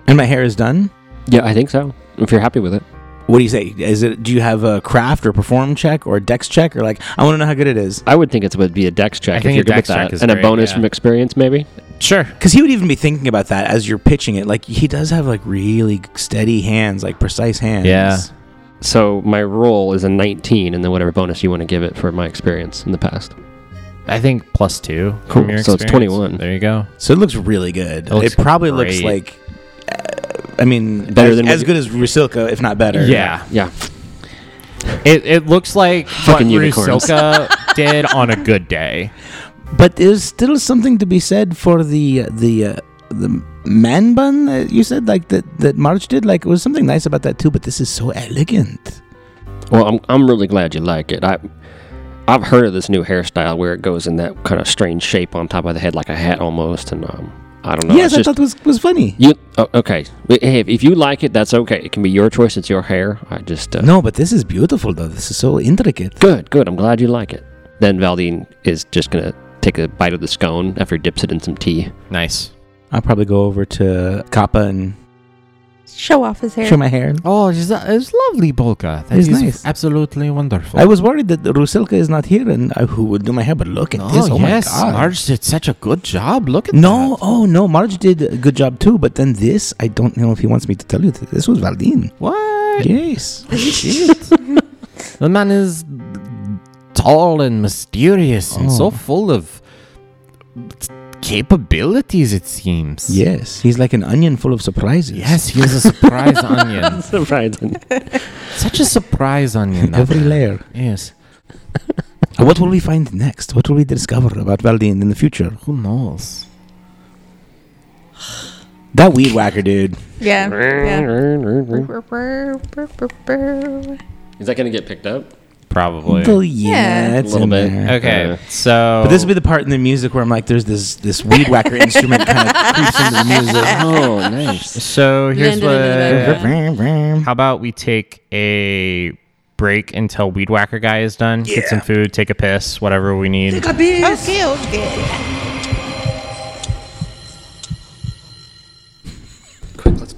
Speaker 4: And my hair is done.
Speaker 2: of. Yeah, I think so. If you're happy with it.
Speaker 4: What do you say? Is it? Do you have a craft or perform check or dex check or like? I want to know how good it is.
Speaker 2: I would think it would be a dex check
Speaker 3: I
Speaker 2: if
Speaker 3: think
Speaker 2: you're
Speaker 3: a
Speaker 2: good with
Speaker 3: dex check
Speaker 2: that.
Speaker 3: is
Speaker 2: and a
Speaker 3: great,
Speaker 2: bonus
Speaker 3: yeah.
Speaker 2: from experience, maybe?
Speaker 3: Sure.
Speaker 4: Because he would even be thinking about that as you're pitching it. Like he does have like really steady hands, like precise hands.
Speaker 3: Yeah.
Speaker 2: So my roll is a 19, and then whatever bonus you want to give it for my experience in the past.
Speaker 3: I think plus two.
Speaker 2: Cool,
Speaker 3: from your
Speaker 2: so it's
Speaker 3: experience.
Speaker 2: 21.
Speaker 3: There you go.
Speaker 4: So it looks really good. It,
Speaker 3: It looks
Speaker 4: probably looks
Speaker 3: great.
Speaker 4: like, uh, I mean,
Speaker 2: Better
Speaker 4: as,
Speaker 2: than what
Speaker 4: as
Speaker 2: you-
Speaker 4: good as Rusilka, if not better.
Speaker 3: Yeah.
Speaker 2: Yeah.
Speaker 3: It, it looks like what
Speaker 2: Fucking unicorns.
Speaker 3: Rusilka did on a good day.
Speaker 4: But there's still something to be said for the the uh, the man bun that you said, like that that March did. Like it was something nice about that too. But this is so elegant.
Speaker 2: Well, I'm, I'm really glad you like it. I I've heard of this new hairstyle where it goes in that kind of strange shape on top of the head, like a hat almost, and um, I don't know.
Speaker 4: yes,
Speaker 2: it's
Speaker 4: I
Speaker 2: just-
Speaker 4: thought it was was funny.
Speaker 2: you. Oh, okay, But hey, if, if you like it, that's okay. It can be your choice. It's your hair. I just uh,
Speaker 4: No, but this is beautiful though. This is so intricate.
Speaker 2: good, good. I'm glad you like it. Then Valdine is just gonna take a bite of the scone after he dips it in some tea.
Speaker 3: Nice.
Speaker 4: I'll probably go over to Kappa and
Speaker 5: Show off his hair.
Speaker 4: show my hair.
Speaker 7: Oh, it's, it's lovely, Polka. That
Speaker 4: It's
Speaker 7: is
Speaker 4: nice.
Speaker 7: absolutely wonderful.
Speaker 4: I was worried that Rusilka is not here and uh, who would do my hair, but look at this. Oh
Speaker 7: yes,
Speaker 4: my god.
Speaker 7: Marge did such a good job. Look at
Speaker 4: No,
Speaker 7: that.
Speaker 4: oh no, Marge did a good job too, but then this, I don't know if he wants me to tell you that this was Valdine.
Speaker 7: what?
Speaker 4: Yes.
Speaker 7: Shit. the man is tall and mysterious and
Speaker 4: Oh.
Speaker 7: so full of capabilities, it seems.
Speaker 4: Yes. He's like an onion full of surprises.
Speaker 7: Yes, he is a surprise onion.
Speaker 2: Surprise!
Speaker 7: Such a surprise onion. that
Speaker 4: Every
Speaker 7: man.
Speaker 4: layer.
Speaker 7: Yes.
Speaker 4: What will we find next? What will we discover about Valdine in the future?
Speaker 7: Who knows?
Speaker 4: That weed whacker dude.
Speaker 5: Yeah. yeah.
Speaker 2: Is that gonna get picked up?
Speaker 3: Probably.
Speaker 4: Oh, yeah,
Speaker 5: Yeah.
Speaker 4: it's
Speaker 2: A little
Speaker 4: in
Speaker 2: bit.
Speaker 4: there.
Speaker 3: Okay.
Speaker 2: Uh,
Speaker 3: so
Speaker 4: But this would be the part in the music where I'm like, there's this this weed whacker instrument kind of creeps into the music.
Speaker 2: Oh, nice.
Speaker 3: so here's
Speaker 1: Landed in the
Speaker 3: what
Speaker 1: background.
Speaker 3: How about we take a break until Weed Whacker Guy is done? Get some food, take a piss, whatever we need.
Speaker 5: Okay, okay.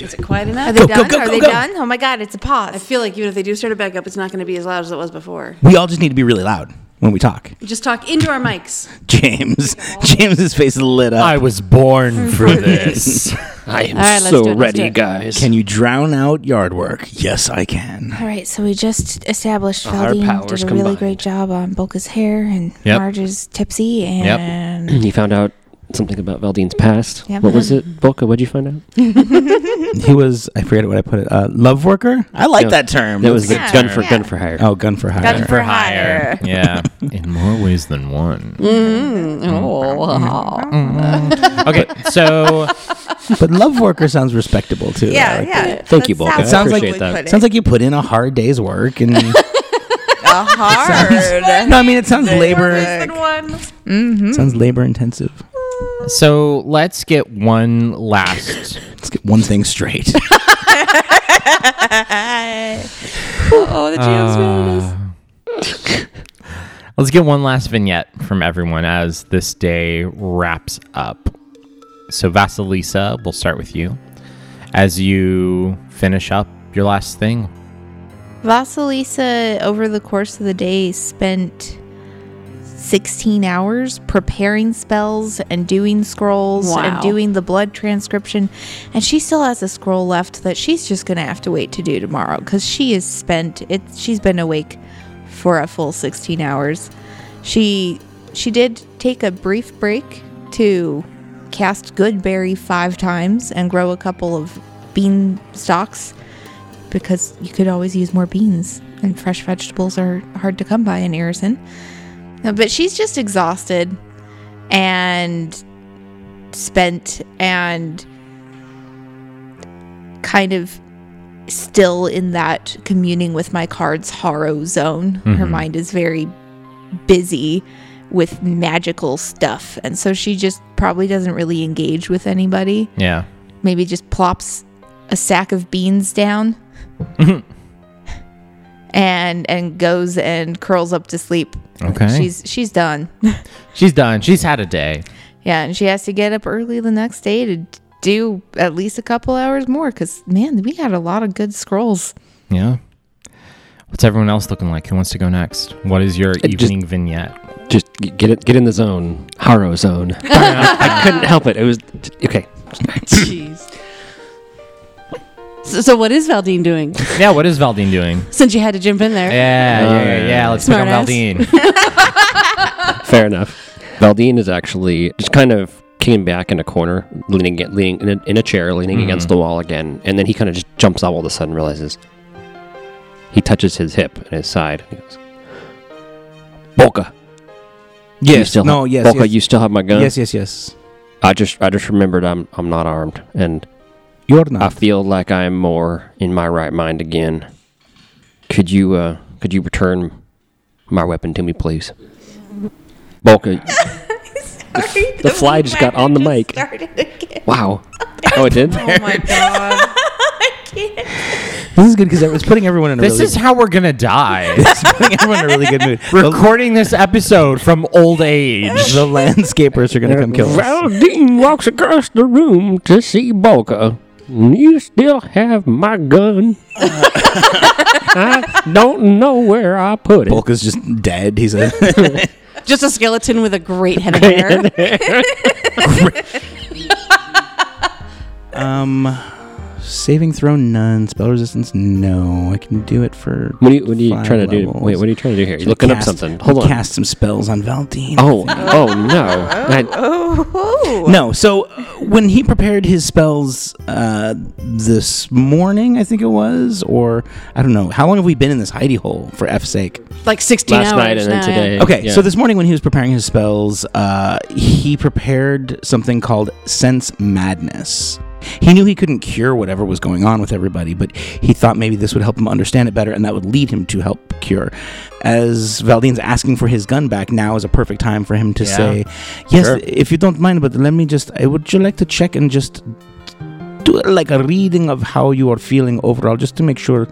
Speaker 1: Is it quiet
Speaker 5: Are
Speaker 1: enough?
Speaker 5: they
Speaker 4: Go, go,
Speaker 5: done?
Speaker 4: go,
Speaker 5: Are
Speaker 4: go,
Speaker 5: they
Speaker 4: go.
Speaker 5: done? Oh my god, it's a pause.
Speaker 1: I feel like even if they do start it back up, it's not going to be as loud as it was before.
Speaker 4: We all just need to be really loud when we talk.
Speaker 1: Just talk into our mics.
Speaker 4: James, James's face lit up.
Speaker 3: was born for this.
Speaker 2: I am
Speaker 1: All right, let's do
Speaker 2: so
Speaker 1: it, let's do
Speaker 2: ready,
Speaker 1: it.
Speaker 2: guys.
Speaker 4: Can you drown out yard work? Yes, I can.
Speaker 5: All right, so we just established
Speaker 2: Our
Speaker 5: Valdine
Speaker 2: powers
Speaker 5: did a really
Speaker 2: combined.
Speaker 5: great job on Boca's hair and
Speaker 3: Yep.
Speaker 5: Marge's tipsy and
Speaker 2: you found out something about Valdine's past.
Speaker 5: Yeah.
Speaker 2: What was it, Volka? What'd you find out?
Speaker 4: He was, I forget what I put it, uh, love worker? I like
Speaker 2: No,
Speaker 4: that term.
Speaker 2: That was the
Speaker 5: Yeah,
Speaker 2: gun for
Speaker 5: yeah.
Speaker 2: gun for hire.
Speaker 4: Oh, gun for hire.
Speaker 5: Gun
Speaker 3: for hire. Yeah. In more ways than one. Mm-hmm. Okay, so
Speaker 4: but love worker sounds respectable too. I
Speaker 5: yeah,
Speaker 4: like
Speaker 5: yeah.
Speaker 2: Thank you, Bulk.
Speaker 5: That
Speaker 2: I
Speaker 4: sounds
Speaker 5: how
Speaker 4: like-
Speaker 5: we
Speaker 2: that.
Speaker 5: put
Speaker 4: it.
Speaker 5: it.
Speaker 4: Sounds like you put in a hard day's work and
Speaker 5: a hard.
Speaker 4: No, I mean it sounds labor
Speaker 5: one.
Speaker 4: sounds labor intensive.
Speaker 3: so let's get one last
Speaker 4: Let's get one thing straight.
Speaker 1: Oh, the GM's really nice.
Speaker 3: uh, Let's get one last vignette from everyone as this day wraps up. So, Vasilisa, we'll start with you. As you finish up your last thing,
Speaker 5: Vasilisa, over the course of the day, spent 16 hours preparing spells and doing scrolls
Speaker 1: Wow.
Speaker 5: and doing the blood transcription. And she still has a scroll left that she's just going to have to wait to do tomorrow because she is spent, it, she's been awake for a full 16 hours. She she did take a brief break to cast Goodberry five times and grow a couple of bean stalks because you could always use more beans and fresh vegetables are hard to come by in Irison. No, But she's just exhausted and spent and kind of still in that communing with my cards horror zone. Her mind is very busy with magical stuff. And so she just probably doesn't really engage with anybody
Speaker 3: yeah.
Speaker 5: maybe just plops a sack of beans down
Speaker 3: Mm-hmm.
Speaker 5: and and goes and curls up to sleep.
Speaker 3: Okay. She's,
Speaker 5: She's she's done.
Speaker 3: done. She's had a day.
Speaker 5: yeah, and she has to get up early the next day to do at least a couple hours more cuz man, we had a lot of good scrolls.
Speaker 3: Yeah. What's everyone else looking like? Who wants to go next? What is your
Speaker 2: just-
Speaker 3: evening vignette?
Speaker 2: Just g- get it, get in the zone, Haro zone. I couldn't help it. It was okay.
Speaker 1: Jeez. So, so what is Valdine doing?
Speaker 3: Yeah, what is Valdine doing?
Speaker 1: Since you had to jump in there.
Speaker 3: Yeah, yeah,
Speaker 2: yeah,
Speaker 3: yeah.
Speaker 2: yeah,
Speaker 3: Let's pick on
Speaker 1: Smartass.
Speaker 3: Valdine.
Speaker 2: Fair enough. Valdine is actually just kind of kicking back in a corner, leaning leaning in a, in a chair, leaning
Speaker 4: Mm-hmm.
Speaker 2: against the wall again, and then he kind of just jumps up all of a sudden, realizes he touches his hip and his side. He goes, "Boca, you
Speaker 4: Yes.
Speaker 2: still
Speaker 4: no.
Speaker 2: have,
Speaker 4: yes.
Speaker 2: Boca,
Speaker 4: yes.
Speaker 2: you still have my gun.
Speaker 4: yes. Yes. Yes.
Speaker 2: I just I just remembered I'm I'm not armed, and
Speaker 4: You're
Speaker 2: I
Speaker 4: not.
Speaker 2: feel like I am more in my right mind again. Could you uh could you return my weapon to me, please? Boca,
Speaker 5: Sorry,
Speaker 2: the fly just got on the mic.
Speaker 5: Started again.
Speaker 2: wow. Oh, it did.
Speaker 5: Oh my god. I can't.
Speaker 4: this is good because it's putting everyone in a
Speaker 3: This
Speaker 4: really.
Speaker 3: is how we're gonna die.
Speaker 4: it's putting everyone in a really good mood. the,
Speaker 3: Recording this episode from old age.
Speaker 4: the landscapers are gonna come kill us.
Speaker 2: Valdine walks across the room to see Boca. You still have my gun. I don't know where I put it.
Speaker 4: Polka's just dead. He's a
Speaker 1: Just a skeleton with a great head of hair.
Speaker 4: um, saving throw none. Spell resistance no. I can do it for.
Speaker 2: What are you, what are you
Speaker 4: five
Speaker 2: trying to do?
Speaker 4: levels.
Speaker 2: Wait, what are you trying to do here? You're looking
Speaker 4: Cast-
Speaker 2: up something. Hold on.
Speaker 4: Cast some spells on Valdine.
Speaker 2: Oh, oh no. I-
Speaker 5: Oh, oh.
Speaker 4: No, so uh, when he prepared his spells uh, this morning, I think it was, or I don't know, how long have we been in this hidey hole for F's sake?
Speaker 1: like 16
Speaker 2: last
Speaker 1: hours
Speaker 2: night and then
Speaker 1: now, yeah.
Speaker 2: today.
Speaker 4: Okay,
Speaker 2: yeah.
Speaker 4: so this morning when he was preparing his spells, uh, he prepared something called Sense Madness. He knew he couldn't cure whatever was going on with everybody, but he thought maybe this would help him understand it better and that would lead him to help cure. As Valdine's asking for his gun back, now is a perfect time for him to
Speaker 3: Yeah.
Speaker 4: say, Yes,
Speaker 3: Sure.
Speaker 4: if you don't mind, but let me just, I would you like to check and just do like a reading of how you are feeling overall just to make sure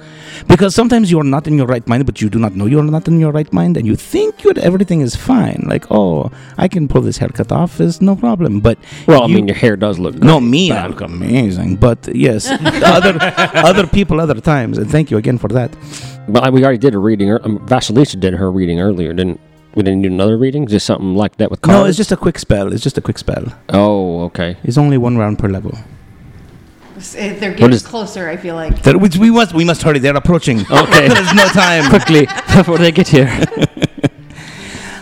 Speaker 4: because sometimes you are not in your right mind but you do not know you are not in your right mind and you think you everything is fine like oh i can pull this haircut off is no problem but
Speaker 2: Well, I
Speaker 4: you-
Speaker 2: mean, your hair does look.
Speaker 4: no me
Speaker 2: but-
Speaker 4: i look amazing but yes other other people other times and thank you again for that
Speaker 2: Well, I- we already did a reading. ear- Um, Vasilisa did her reading earlier, didn't? We didn't do another reading. Just something like that with cards.
Speaker 4: no it's just a quick spell it's just a quick spell
Speaker 2: Oh, okay.
Speaker 4: it's only one round per level
Speaker 8: They're
Speaker 2: What
Speaker 8: getting
Speaker 2: is-
Speaker 8: closer, I feel like.
Speaker 4: that which we must we must hurry they're approaching
Speaker 2: Okay.
Speaker 4: there's no time
Speaker 2: Quickly before they get here.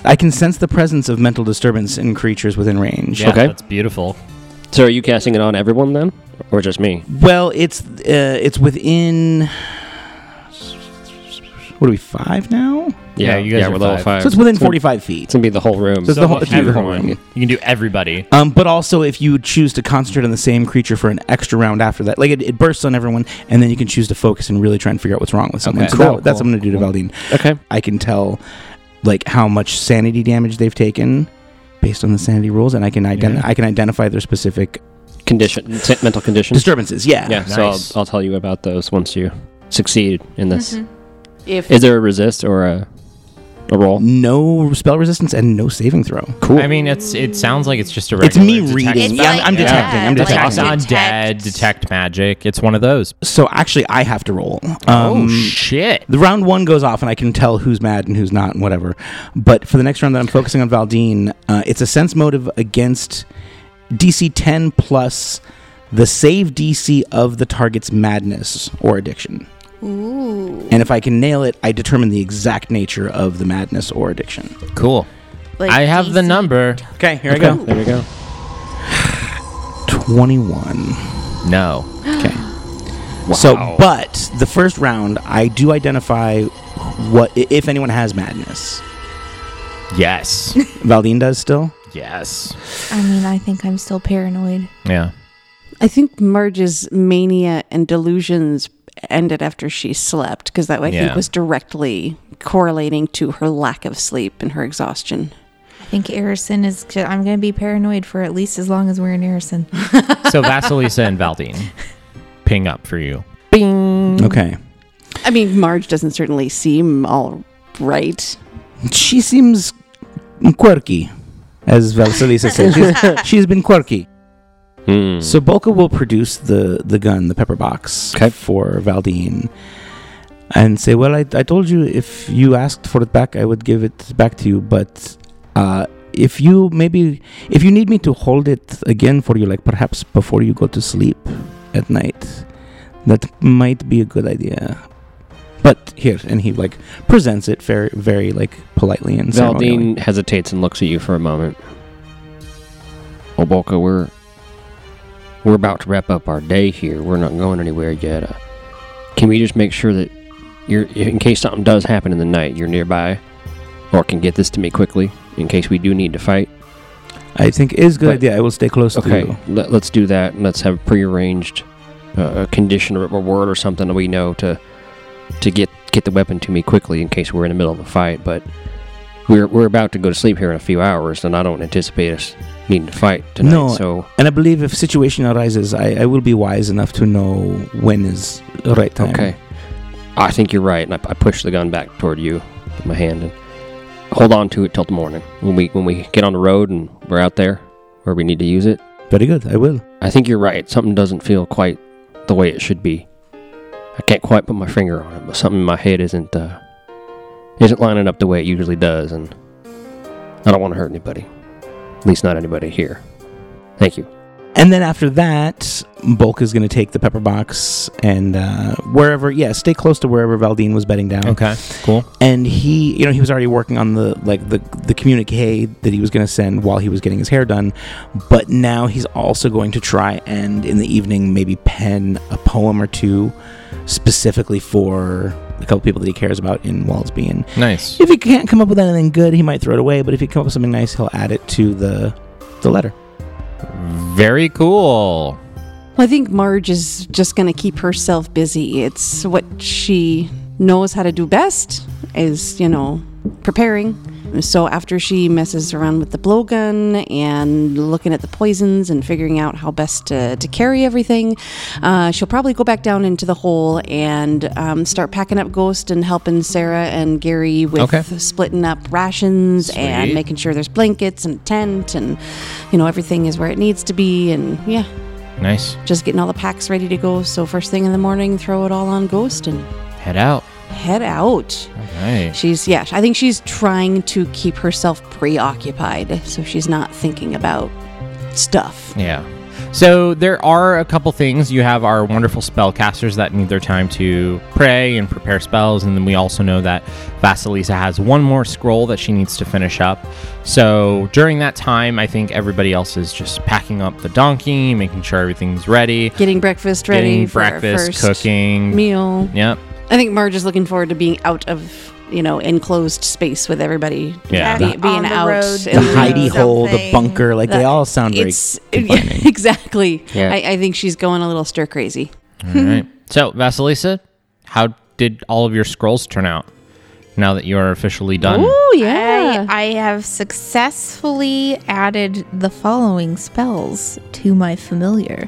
Speaker 4: i can sense the presence of mental disturbance in creatures within range
Speaker 2: Okay.
Speaker 3: that's beautiful.
Speaker 2: So, are you casting it on everyone then, or just me?
Speaker 4: Well, it's uh, it's within. What are we five now?
Speaker 3: Yeah, you guys
Speaker 2: yeah,
Speaker 3: are
Speaker 2: we're level
Speaker 3: five.
Speaker 2: five.
Speaker 4: So it's within
Speaker 2: gonna-
Speaker 4: forty-five feet.
Speaker 2: It's gonna be the whole room.
Speaker 4: So it's the whole, it's the whole
Speaker 3: everyone.
Speaker 4: room.
Speaker 3: You can do everybody.
Speaker 4: Um, but also, if you choose to concentrate on the same creature for an extra round after that, like it, it bursts on everyone, and then you can choose to focus and really try and figure out what's wrong with someone.
Speaker 3: Okay.
Speaker 4: So
Speaker 3: Cool,
Speaker 4: that- that's what
Speaker 3: cool,
Speaker 4: I'm going to do to Valdine.
Speaker 2: okay.
Speaker 4: I can tell, like how much sanity damage they've taken based on the sanity rules, and I can ident-
Speaker 3: Yeah.
Speaker 4: I can identify their specific
Speaker 2: Condition, t- mental condition.
Speaker 4: disturbances. Yeah.
Speaker 2: yeah.
Speaker 3: Nice.
Speaker 2: So I'll, I'll tell you about those once you succeed in this.
Speaker 8: Mm-hmm.
Speaker 1: If
Speaker 2: Is there a resist or a a roll?
Speaker 4: No spell resistance and no saving throw.
Speaker 2: Cool.
Speaker 3: I mean, it's it sounds like it's just a
Speaker 4: It's
Speaker 3: regular
Speaker 4: me
Speaker 3: detect
Speaker 4: reading.
Speaker 5: It's
Speaker 3: spell.
Speaker 4: I'm, I'm
Speaker 5: like
Speaker 4: detecting. I'm
Speaker 5: that, like
Speaker 4: detecting.
Speaker 3: detect
Speaker 5: detect.
Speaker 3: undead, detect magic. It's one of those.
Speaker 4: So actually, I have to roll. Um,
Speaker 3: oh shit!
Speaker 4: the round one goes off, and I can tell who's mad and who's not, and whatever. But for the next round that I'm focusing on Valdine, uh, it's a sense motive against DC 10 plus the save DC of the target's madness or addiction.
Speaker 5: Ooh.
Speaker 4: And if I can nail it, I determine the exact nature of the madness or addiction.
Speaker 3: Cool.
Speaker 5: Like
Speaker 3: I have the
Speaker 5: DC.
Speaker 3: number.
Speaker 4: Okay, here I
Speaker 2: Okay,
Speaker 4: go.
Speaker 2: There we go.
Speaker 4: 21.
Speaker 3: No.
Speaker 4: Okay. So, but the first round, I do identify what i- if anyone has madness.
Speaker 3: Yes.
Speaker 4: Valdine does still.
Speaker 3: yes.
Speaker 5: I mean, I think I'm still paranoid.
Speaker 3: Yeah.
Speaker 1: I think Marge's mania and delusions ended after she slept because that I
Speaker 3: Yeah.
Speaker 1: think was directly correlating to her lack of sleep and her exhaustion.
Speaker 5: I think Arison is. ju- I'm going to be paranoid for at least as long as we're in Arison.
Speaker 3: So Vasilisa and Valdine ping up for you.
Speaker 5: Mm-hmm.
Speaker 4: Okay.
Speaker 1: I mean, Marge doesn't certainly seem all right.
Speaker 4: She seems quirky, as Valsalisa says. She's, she's been quirky.
Speaker 2: Hmm.
Speaker 4: So Bolka will produce the, the gun, the pepper box,
Speaker 2: Okay.
Speaker 4: for Valdine, and say, "Well, I, I told you if you asked for it back, I would give it back to you. But uh, if you maybe if you need me to hold it again for you, like perhaps before you go to sleep at night, that might be a good idea." But here, and he like presents it very, very like politely and ceremonially.
Speaker 2: Valdine hesitates and looks at you for a moment. Well, Bolka, we're we're about to wrap up our day here. We're not going anywhere yet. Uh, can we just make sure that you're, in case something does happen in the night, you're nearby, or can get this to me quickly in case we do need to fight?
Speaker 4: I think it's a good
Speaker 2: But-
Speaker 4: idea. I will stay close
Speaker 2: Okay,
Speaker 4: to you.
Speaker 2: let, us do that. and Let's have a prearranged uh, a condition or a word or something that we know to to get get the weapon to me quickly in case we're in the middle of a fight. But we're we're about to go to sleep here in a few hours, and I don't anticipate us needing to fight tonight.
Speaker 4: No,
Speaker 2: so
Speaker 4: And I believe if situation arises, I, I will be wise enough to know when is the right time.
Speaker 2: Okay. I think you're right, and I, I push the gun back toward you with my hand and hold on to it till the morning when we when we get on the road and we're out there where we need to use it.
Speaker 4: Very good. I will.
Speaker 2: I think you're right. Something doesn't feel quite the way it should be. I can't quite put my finger on it, but something in my head isn't uh, isn't lining up the way it usually does, and I don't want to hurt anybody. At least not anybody here. Thank you.
Speaker 4: And then after that, Bulk is going to take the pepper box and uh, wherever, yeah, stay close to wherever Valdine was bedding down.
Speaker 3: Okay, cool.
Speaker 4: And he, you know, he was already working on the like the the communique that he was going to send while he was getting his hair done, but now he's also going to try and in the evening maybe pen a poem or two specifically for a couple people that he cares about in Waldsby. And
Speaker 3: Nice.
Speaker 4: if he can't come up with anything good, he might throw it away. But if he come up with something nice, he'll add it to the the letter.
Speaker 3: Very cool.
Speaker 1: Well, I think Marge is just going to keep herself busy. It's what she knows how to do best is, you know, preparing. So after she messes around with the blowgun and looking at the poisons and figuring out how best to, to carry everything, uh, she'll probably go back down into the hole and um, start packing up Ghost and helping Sarah and Gary with
Speaker 3: Okay.
Speaker 1: splitting up rations and
Speaker 3: Sweet.
Speaker 1: making sure there's blankets and tent and, you know, everything is where it needs to be. And yeah
Speaker 3: Nice.
Speaker 1: just getting all the packs ready to go. So first thing in the morning, throw it all on Ghost and
Speaker 3: Head out.
Speaker 1: head out.
Speaker 3: All right.
Speaker 1: She's yeah, I think she's trying to keep herself preoccupied, so she's not thinking about stuff.
Speaker 3: Yeah. So there are a couple things. You have our wonderful spellcasters that need their time to pray and prepare spells, and then we also know that Vasilisa has one more scroll that she needs to finish up. So during that time, I think everybody else is just packing up the donkey, making sure everything's ready,
Speaker 1: Getting breakfast ready
Speaker 3: getting
Speaker 1: for our
Speaker 3: breakfast,
Speaker 1: first
Speaker 3: cooking.
Speaker 1: meal.
Speaker 3: Yep.
Speaker 1: I think Marge is looking forward to being out of you know enclosed space with everybody.
Speaker 3: Yeah.
Speaker 1: Be- being
Speaker 5: On the
Speaker 1: out
Speaker 5: road
Speaker 1: in
Speaker 4: the
Speaker 5: to
Speaker 1: the-
Speaker 4: hidey hole, the
Speaker 5: something
Speaker 4: bunker, like they
Speaker 1: that-
Speaker 4: all sound very.
Speaker 1: It's exactly.
Speaker 2: Yeah.
Speaker 1: I, I think she's going a little stir crazy.
Speaker 3: All right. So Vasilisa, how did all of your scrolls turn out? Now that you are officially done.
Speaker 1: Oh
Speaker 5: I, I have successfully added the following spells to my familiar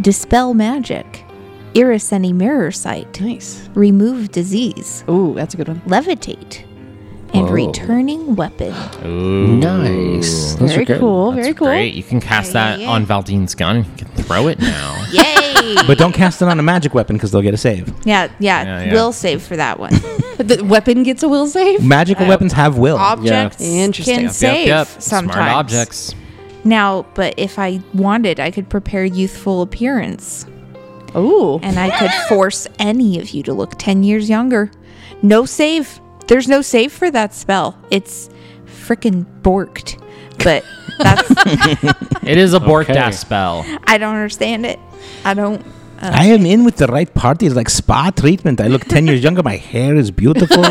Speaker 5: Dispel magic, iris any mirror sight,
Speaker 1: nice.
Speaker 5: remove disease,
Speaker 1: Ooh, that's a good one.
Speaker 5: levitate, and
Speaker 2: Whoa.
Speaker 5: returning weapon.
Speaker 3: Ooh.
Speaker 2: Nice. Those
Speaker 1: very
Speaker 2: are good.
Speaker 1: cool.
Speaker 3: That's
Speaker 1: very cool.
Speaker 3: Great. You can cast
Speaker 5: Yeah, yeah,
Speaker 3: that
Speaker 5: yeah.
Speaker 3: on Valdine's gun. You can throw it now.
Speaker 5: Yay!
Speaker 4: but don't cast it on a magic weapon because they'll get a save.
Speaker 5: yeah, yeah,
Speaker 3: Yeah, yeah.
Speaker 5: Will save for that one.
Speaker 1: The weapon gets a will save.
Speaker 4: Magical
Speaker 5: Oh.
Speaker 4: weapons have will.
Speaker 5: Objects
Speaker 1: Interesting.
Speaker 5: can
Speaker 1: Yep, yep,
Speaker 5: save sometimes.
Speaker 3: Smart objects.
Speaker 5: Now, but if I wanted, I could prepare youthful appearance.
Speaker 1: Oh,
Speaker 5: and I could force any of you to look 10 years younger. No save. There's no save for that spell. It's freaking borked. But that's,
Speaker 3: It is a Bork
Speaker 2: Okay.
Speaker 3: dash spell.
Speaker 5: I don't understand it. I don't.
Speaker 4: I am in with the right party. It's like spa treatment. I look 10 years younger. My hair is beautiful.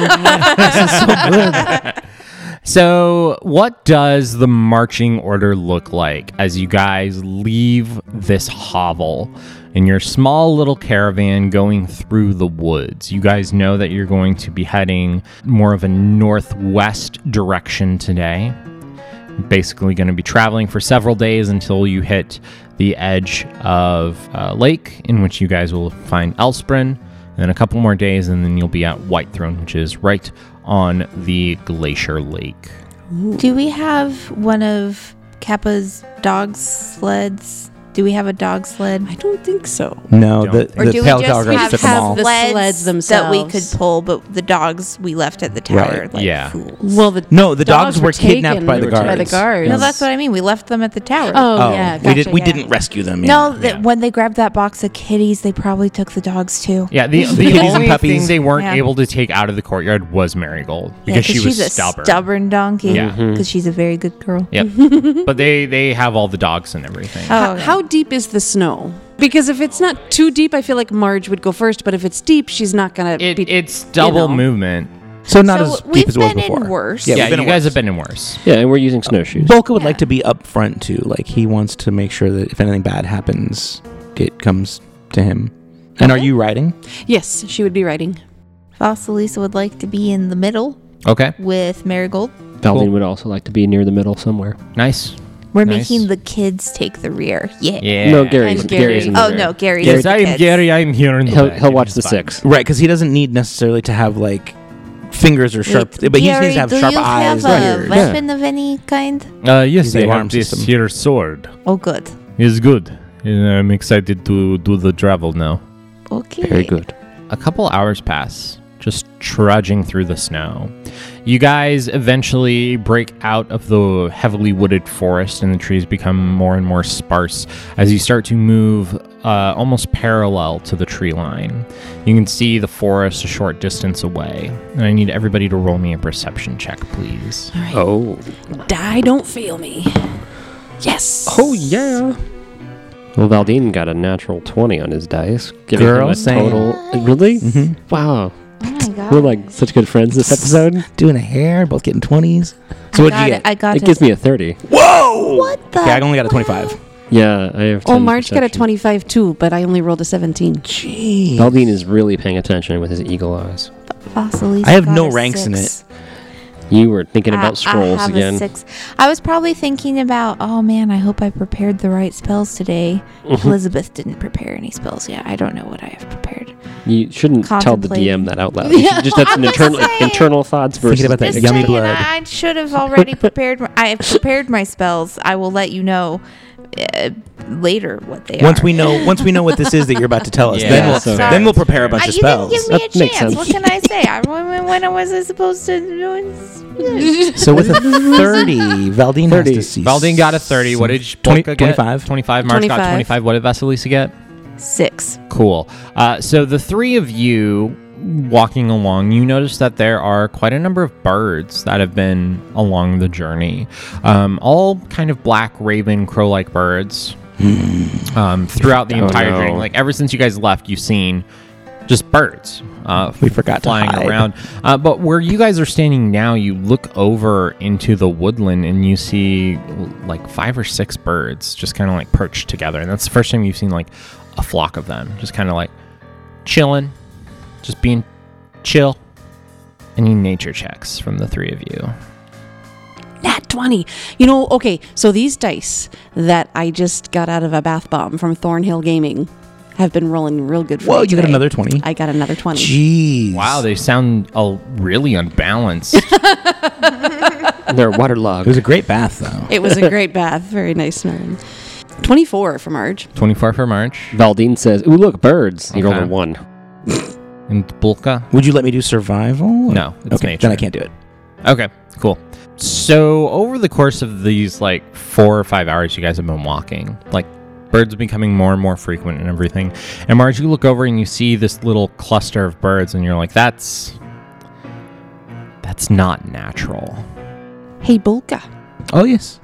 Speaker 3: So, what does the marching order look like as you guys leave this hovel in your small little caravan going through the woods? You guys know that you're going to be heading more of a northwest direction today. Basically, going to be traveling for several days until you hit the edge of uh, lake, in which you guys will find Elsprin. And then a couple more days, and then you'll be at White Throne, which is right on the Glacier Lake.
Speaker 5: Do we have one of Kappa's dog sleds? Do we have a dog sled?
Speaker 1: I don't think so.
Speaker 4: No,
Speaker 3: Don't
Speaker 4: the,
Speaker 3: think
Speaker 5: Or
Speaker 4: the
Speaker 5: do we
Speaker 4: pale
Speaker 5: just
Speaker 4: dog already
Speaker 5: have,
Speaker 4: took 'em all.
Speaker 5: have
Speaker 1: The sleds
Speaker 5: sleds that we could
Speaker 1: themselves.
Speaker 5: pull, but the dogs we left at the tower?
Speaker 4: Right.
Speaker 5: Like
Speaker 3: Yeah.
Speaker 5: fools.
Speaker 1: Well, the
Speaker 4: No, the
Speaker 1: dogs,
Speaker 4: dogs, were kidnapped
Speaker 1: taken
Speaker 4: by the
Speaker 2: They were
Speaker 4: guards.
Speaker 2: taken
Speaker 1: By the guards.
Speaker 5: No, that's what I mean. We left them at the tower.
Speaker 1: Oh,
Speaker 4: Oh,
Speaker 1: yeah,
Speaker 4: we did.
Speaker 1: gotcha,
Speaker 4: We
Speaker 1: yeah.
Speaker 4: didn't rescue them.
Speaker 5: No,
Speaker 4: yeah.
Speaker 5: that when they grabbed that box of kitties, they probably took the dogs too.
Speaker 3: Yeah, the, the
Speaker 4: Kitties and
Speaker 3: only thing
Speaker 4: puppies.
Speaker 3: they weren't
Speaker 5: Yeah.
Speaker 3: able to take out of the courtyard was Marigold
Speaker 5: Yeah,
Speaker 3: because she was
Speaker 5: she's a
Speaker 3: stubborn.
Speaker 5: stubborn donkey. Mm-hmm.
Speaker 3: Yeah.
Speaker 5: because she's a very good girl.
Speaker 3: Yep. but they they have all the dogs and everything.
Speaker 5: Oh,
Speaker 1: How,
Speaker 5: okay.
Speaker 1: how deep is the snow? Because if it's not too deep, I feel like Marge would go first. But if it's deep, she's not gonna.
Speaker 3: It,
Speaker 1: be,
Speaker 3: it's double
Speaker 1: know.
Speaker 3: movement.
Speaker 4: so not
Speaker 5: So
Speaker 4: as
Speaker 5: we've
Speaker 4: deep as it was
Speaker 5: been in
Speaker 4: before.
Speaker 5: worse.
Speaker 4: Yeah,
Speaker 3: Yeah,
Speaker 4: we've been
Speaker 3: you
Speaker 4: in
Speaker 3: guys
Speaker 4: worse.
Speaker 3: have been in worse.
Speaker 2: Yeah, and we're using snowshoes.
Speaker 4: Bolka would like
Speaker 5: Yeah.
Speaker 4: to be up front too. Like he wants to make sure that if anything bad happens, it comes to him. And are you riding?
Speaker 1: yes, she would be riding.
Speaker 5: Fossilisa would like to be in the middle
Speaker 3: Okay,
Speaker 5: with Marigold.
Speaker 2: Valvin would also like to be near the middle somewhere.
Speaker 3: nice.
Speaker 5: We're
Speaker 3: Nice.
Speaker 5: making the kids take the rear. Yeah.
Speaker 3: Yeah.
Speaker 2: No, Gary's,
Speaker 1: And Gary.
Speaker 2: Gary's in the
Speaker 5: Oh
Speaker 2: rear.
Speaker 5: no, Gary's
Speaker 3: Yes,
Speaker 5: the
Speaker 3: I am
Speaker 5: kids.
Speaker 3: Gary. I am here. In the
Speaker 2: He'll,
Speaker 3: back.
Speaker 2: he'll watch
Speaker 3: It's
Speaker 2: the
Speaker 3: fine.
Speaker 2: six.
Speaker 4: Right, because he doesn't need necessarily to have like fingers or sharp,
Speaker 5: Wait,
Speaker 4: but he just
Speaker 5: Gary,
Speaker 4: needs to have
Speaker 5: do
Speaker 4: sharp
Speaker 5: you
Speaker 4: eyes.
Speaker 5: Have a
Speaker 4: and ears.
Speaker 5: weapon of any kind?
Speaker 3: Uh, yes,
Speaker 4: He's the
Speaker 3: I
Speaker 4: alarm
Speaker 3: have this
Speaker 4: system.
Speaker 3: here sword.
Speaker 5: Oh, good.
Speaker 3: It's good. And I'm excited to do the travel now.
Speaker 5: Okay.
Speaker 2: Very good.
Speaker 3: A couple hours pass, just trudging through the snow. You guys eventually break out of the heavily wooded forest, and the trees become more and more sparse as you start to move uh, almost parallel to the tree line. You can see the forest a short distance away. And I need everybody to roll me a perception check, please.
Speaker 2: Oh.
Speaker 1: Die, don't fail me. Yes.
Speaker 2: Oh, yeah. Well, Valdine got a natural 20 on his dice. Giving
Speaker 4: Girl,
Speaker 2: him a
Speaker 4: same.
Speaker 2: total. Really?
Speaker 4: Mhm.
Speaker 2: Wow.
Speaker 5: Oh my god.
Speaker 2: We're like such good friends this episode.
Speaker 4: Doing a hair, both getting twenties.
Speaker 5: I
Speaker 4: So what'd you
Speaker 5: got it,
Speaker 4: get?
Speaker 5: I got
Speaker 2: It gives me a 30.
Speaker 5: What the?
Speaker 4: Okay, I only got a twenty-five.
Speaker 2: Yeah, I have 10
Speaker 1: Oh, Marge got a
Speaker 2: perception.
Speaker 1: 25 too, but I only rolled a 17.
Speaker 4: Jeez.
Speaker 2: Valdine is really paying attention with his eagle eyes.
Speaker 5: Fossilisa
Speaker 4: I have
Speaker 5: got
Speaker 4: no
Speaker 5: a
Speaker 4: ranks in
Speaker 5: six.
Speaker 2: You were thinking about
Speaker 5: I-
Speaker 2: scrolls
Speaker 5: I have
Speaker 2: again.
Speaker 5: A six. I was probably thinking about, oh man, I hope I prepared the right spells today.
Speaker 2: Mm-hmm.
Speaker 5: Elizabeth didn't prepare any spells yet. I don't know what I have prepared.
Speaker 2: You shouldn't tell the
Speaker 5: Contemplate.
Speaker 2: DM that out loud. You should just that's an internal
Speaker 5: saying.
Speaker 2: internal thoughts
Speaker 4: Thinking
Speaker 2: versus
Speaker 4: about that
Speaker 5: Just
Speaker 4: yummy
Speaker 5: saying,
Speaker 4: blood.
Speaker 5: I should have already prepared. My, I have prepared my spells. I will let you know uh, later what they
Speaker 4: Once
Speaker 5: are.
Speaker 4: we know, once we know what this is that you're about to tell us,
Speaker 3: Yeah,
Speaker 4: then we'll
Speaker 2: so-
Speaker 4: then we'll prepare a bunch
Speaker 5: Uh,
Speaker 4: of
Speaker 5: you didn't
Speaker 4: spells.
Speaker 5: give me
Speaker 2: That
Speaker 5: a
Speaker 2: makes
Speaker 5: chance.
Speaker 2: sense.
Speaker 5: What can I say? I, when, when was I supposed to? do
Speaker 4: So with a 30, Valdine
Speaker 2: 30.
Speaker 4: has to see.
Speaker 3: Valdine got a 30. What did
Speaker 4: Twenty-
Speaker 3: Bolka get?
Speaker 4: 25.
Speaker 3: 25. March got
Speaker 1: 25.
Speaker 3: 25. What did Vasilisa get?
Speaker 5: Six.
Speaker 3: Cool. Uh, so the three of you walking along, you notice that there are quite a number of birds that have been along the journey. Um, all kind of black raven crow like birds um, throughout the
Speaker 2: Oh,
Speaker 3: entire
Speaker 2: no.
Speaker 3: journey. Like ever since you guys left, you've seen just birds. Uh,
Speaker 4: We forgot to
Speaker 3: flying
Speaker 4: hide.
Speaker 3: around. Uh, but where you guys are standing now, you look over into the woodland and you see l- like five or six birds just kind of like perched together. And that's the first time you've seen like a flock of them, just kind of like chilling, just being chill. Any nature checks from the three of you?
Speaker 1: Nat 20. You know, okay, so these dice that I just got out of a bath bomb from Thornhill Gaming have been rolling real good for me
Speaker 4: Whoa, you got
Speaker 1: today.
Speaker 4: another 20.
Speaker 1: I got another 20.
Speaker 4: Jeez.
Speaker 3: Wow, they sound uh, really unbalanced.
Speaker 2: They're
Speaker 4: It was
Speaker 2: waterlogged.
Speaker 4: a great bath, though.
Speaker 1: It was a great bath. Very nice, Norman. 24 for Marge.
Speaker 3: 24 for March.
Speaker 2: Valdine says, "Ooh, look, birds." He rolled a
Speaker 3: Okay.
Speaker 2: one.
Speaker 3: And Bulka?
Speaker 4: Would you let me do survival?
Speaker 3: No, it's
Speaker 4: okay,
Speaker 3: nature.
Speaker 4: then I can't do it.
Speaker 3: Okay, cool. So over the course of these like four or five hours you guys have been walking, like birds are becoming more and more frequent and everything. And Marge, you look over and you see this little cluster of birds and you're like, that's that's not natural.
Speaker 1: Hey, Bulka,
Speaker 4: Oh yes,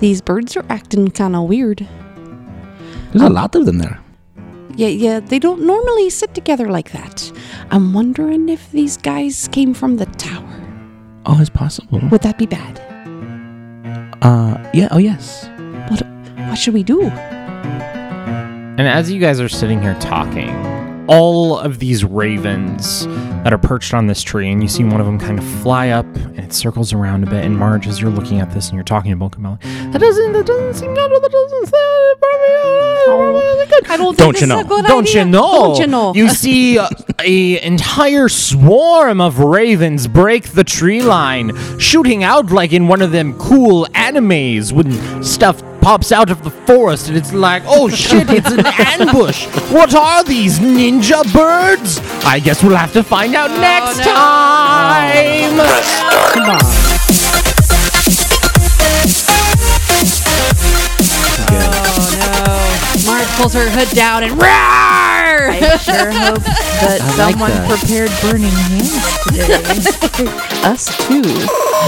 Speaker 1: these birds are acting kind of weird.
Speaker 4: there's a lot of them there.
Speaker 1: Yeah, yeah, they don't normally sit together like that. I'm wondering if these guys came from the tower.
Speaker 4: Oh, it's possible.
Speaker 1: Would that be bad?
Speaker 4: Uh, yeah. Oh yes.
Speaker 1: What, what should we do?
Speaker 3: And as you guys are sitting here talking, all of these ravens that are perched on this tree, and you see one of them kind of fly up and it circles around a bit. And Marge, as you're looking at this and you're talking to Bulkamel, that doesn't that doesn't seem natural. That doesn't sound
Speaker 1: I don't think
Speaker 4: Don't
Speaker 1: this
Speaker 4: you
Speaker 1: is a
Speaker 4: know?
Speaker 1: good
Speaker 9: Don't
Speaker 1: idea.
Speaker 9: you know?
Speaker 1: Don't you know?
Speaker 9: You see a, a entire swarm of ravens break the tree line, shooting out like in one of them cool animes when stuff pops out of the forest and it's like, oh shit, it's an ambush. What are these ninja birds? I guess we'll have to find out
Speaker 1: Oh,
Speaker 9: next time.
Speaker 1: Marge pulls her hood down and roar.
Speaker 5: I sure hope that someone prepared burning hands today.
Speaker 1: Us too.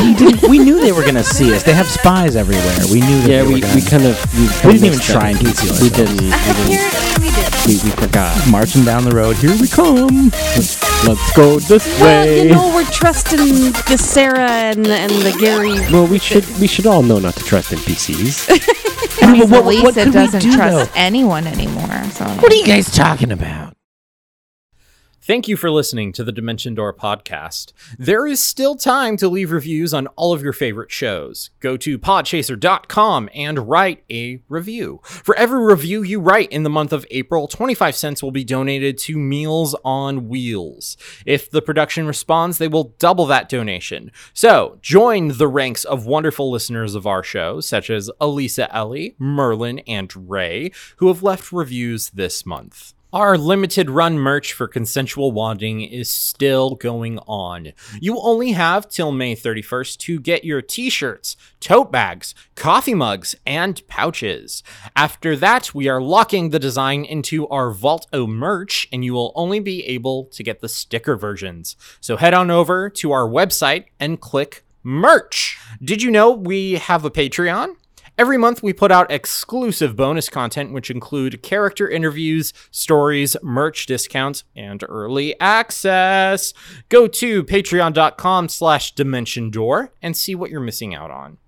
Speaker 4: We, didn't- we knew they were gonna see us. They have spies everywhere. We knew. That
Speaker 2: Yeah,
Speaker 4: they
Speaker 2: we,
Speaker 4: were gonna,
Speaker 2: we kind of we,
Speaker 4: We
Speaker 2: kinda
Speaker 4: didn't even
Speaker 2: mixed
Speaker 4: try and
Speaker 2: up.
Speaker 4: conceal
Speaker 2: We
Speaker 4: ourselves.
Speaker 2: didn't. We, didn't
Speaker 5: Apparently we did.
Speaker 2: we, we forgot.
Speaker 4: marching down the road. Here we come.
Speaker 2: Let's go this
Speaker 1: Well,
Speaker 2: way.
Speaker 1: you know, we're trusting the Sarah and, and the Gary.
Speaker 2: well, we should we should all know not to trust NPCs.
Speaker 4: I mean,
Speaker 5: Lisa
Speaker 4: what- what could we
Speaker 5: doesn't
Speaker 4: do,
Speaker 5: trust anyone anymore. So
Speaker 7: What are you guys talking about?
Speaker 3: Thank you for listening to the Dimension Door podcast. There is still time to leave reviews on all of your favorite shows. Go to podchaser.com and write a review. For every review you write in the month of April, 25 cents will be donated to Meals on Wheels. If the production responds, they will double that donation. So join the ranks of wonderful listeners of our show, such as Elisa Ellie, Merlin, and Ray, who have left reviews this month. Our limited run merch for consensual wanding is still going on. You only have till May 31st to get your t shirts, tote bags, coffee mugs, and pouches. After that, we are locking the design into our Vault O merch, and you will only be able to get the sticker versions. So head on over to our website and click merch. Did you know we have a Patreon? Every month, we put out exclusive bonus content, which include character interviews, stories, merch discounts, and early access. Go to patreon.com slash dimension door and see what you're missing out on.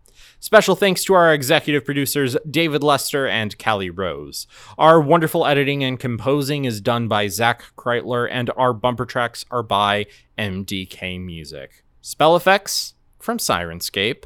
Speaker 3: Special thanks to our executive producers, David Lester and Callie Rose. Our wonderful editing and composing is done by Zach Kreitler, and our bumper tracks are by MDK Music. Spell effects from Sirenscape.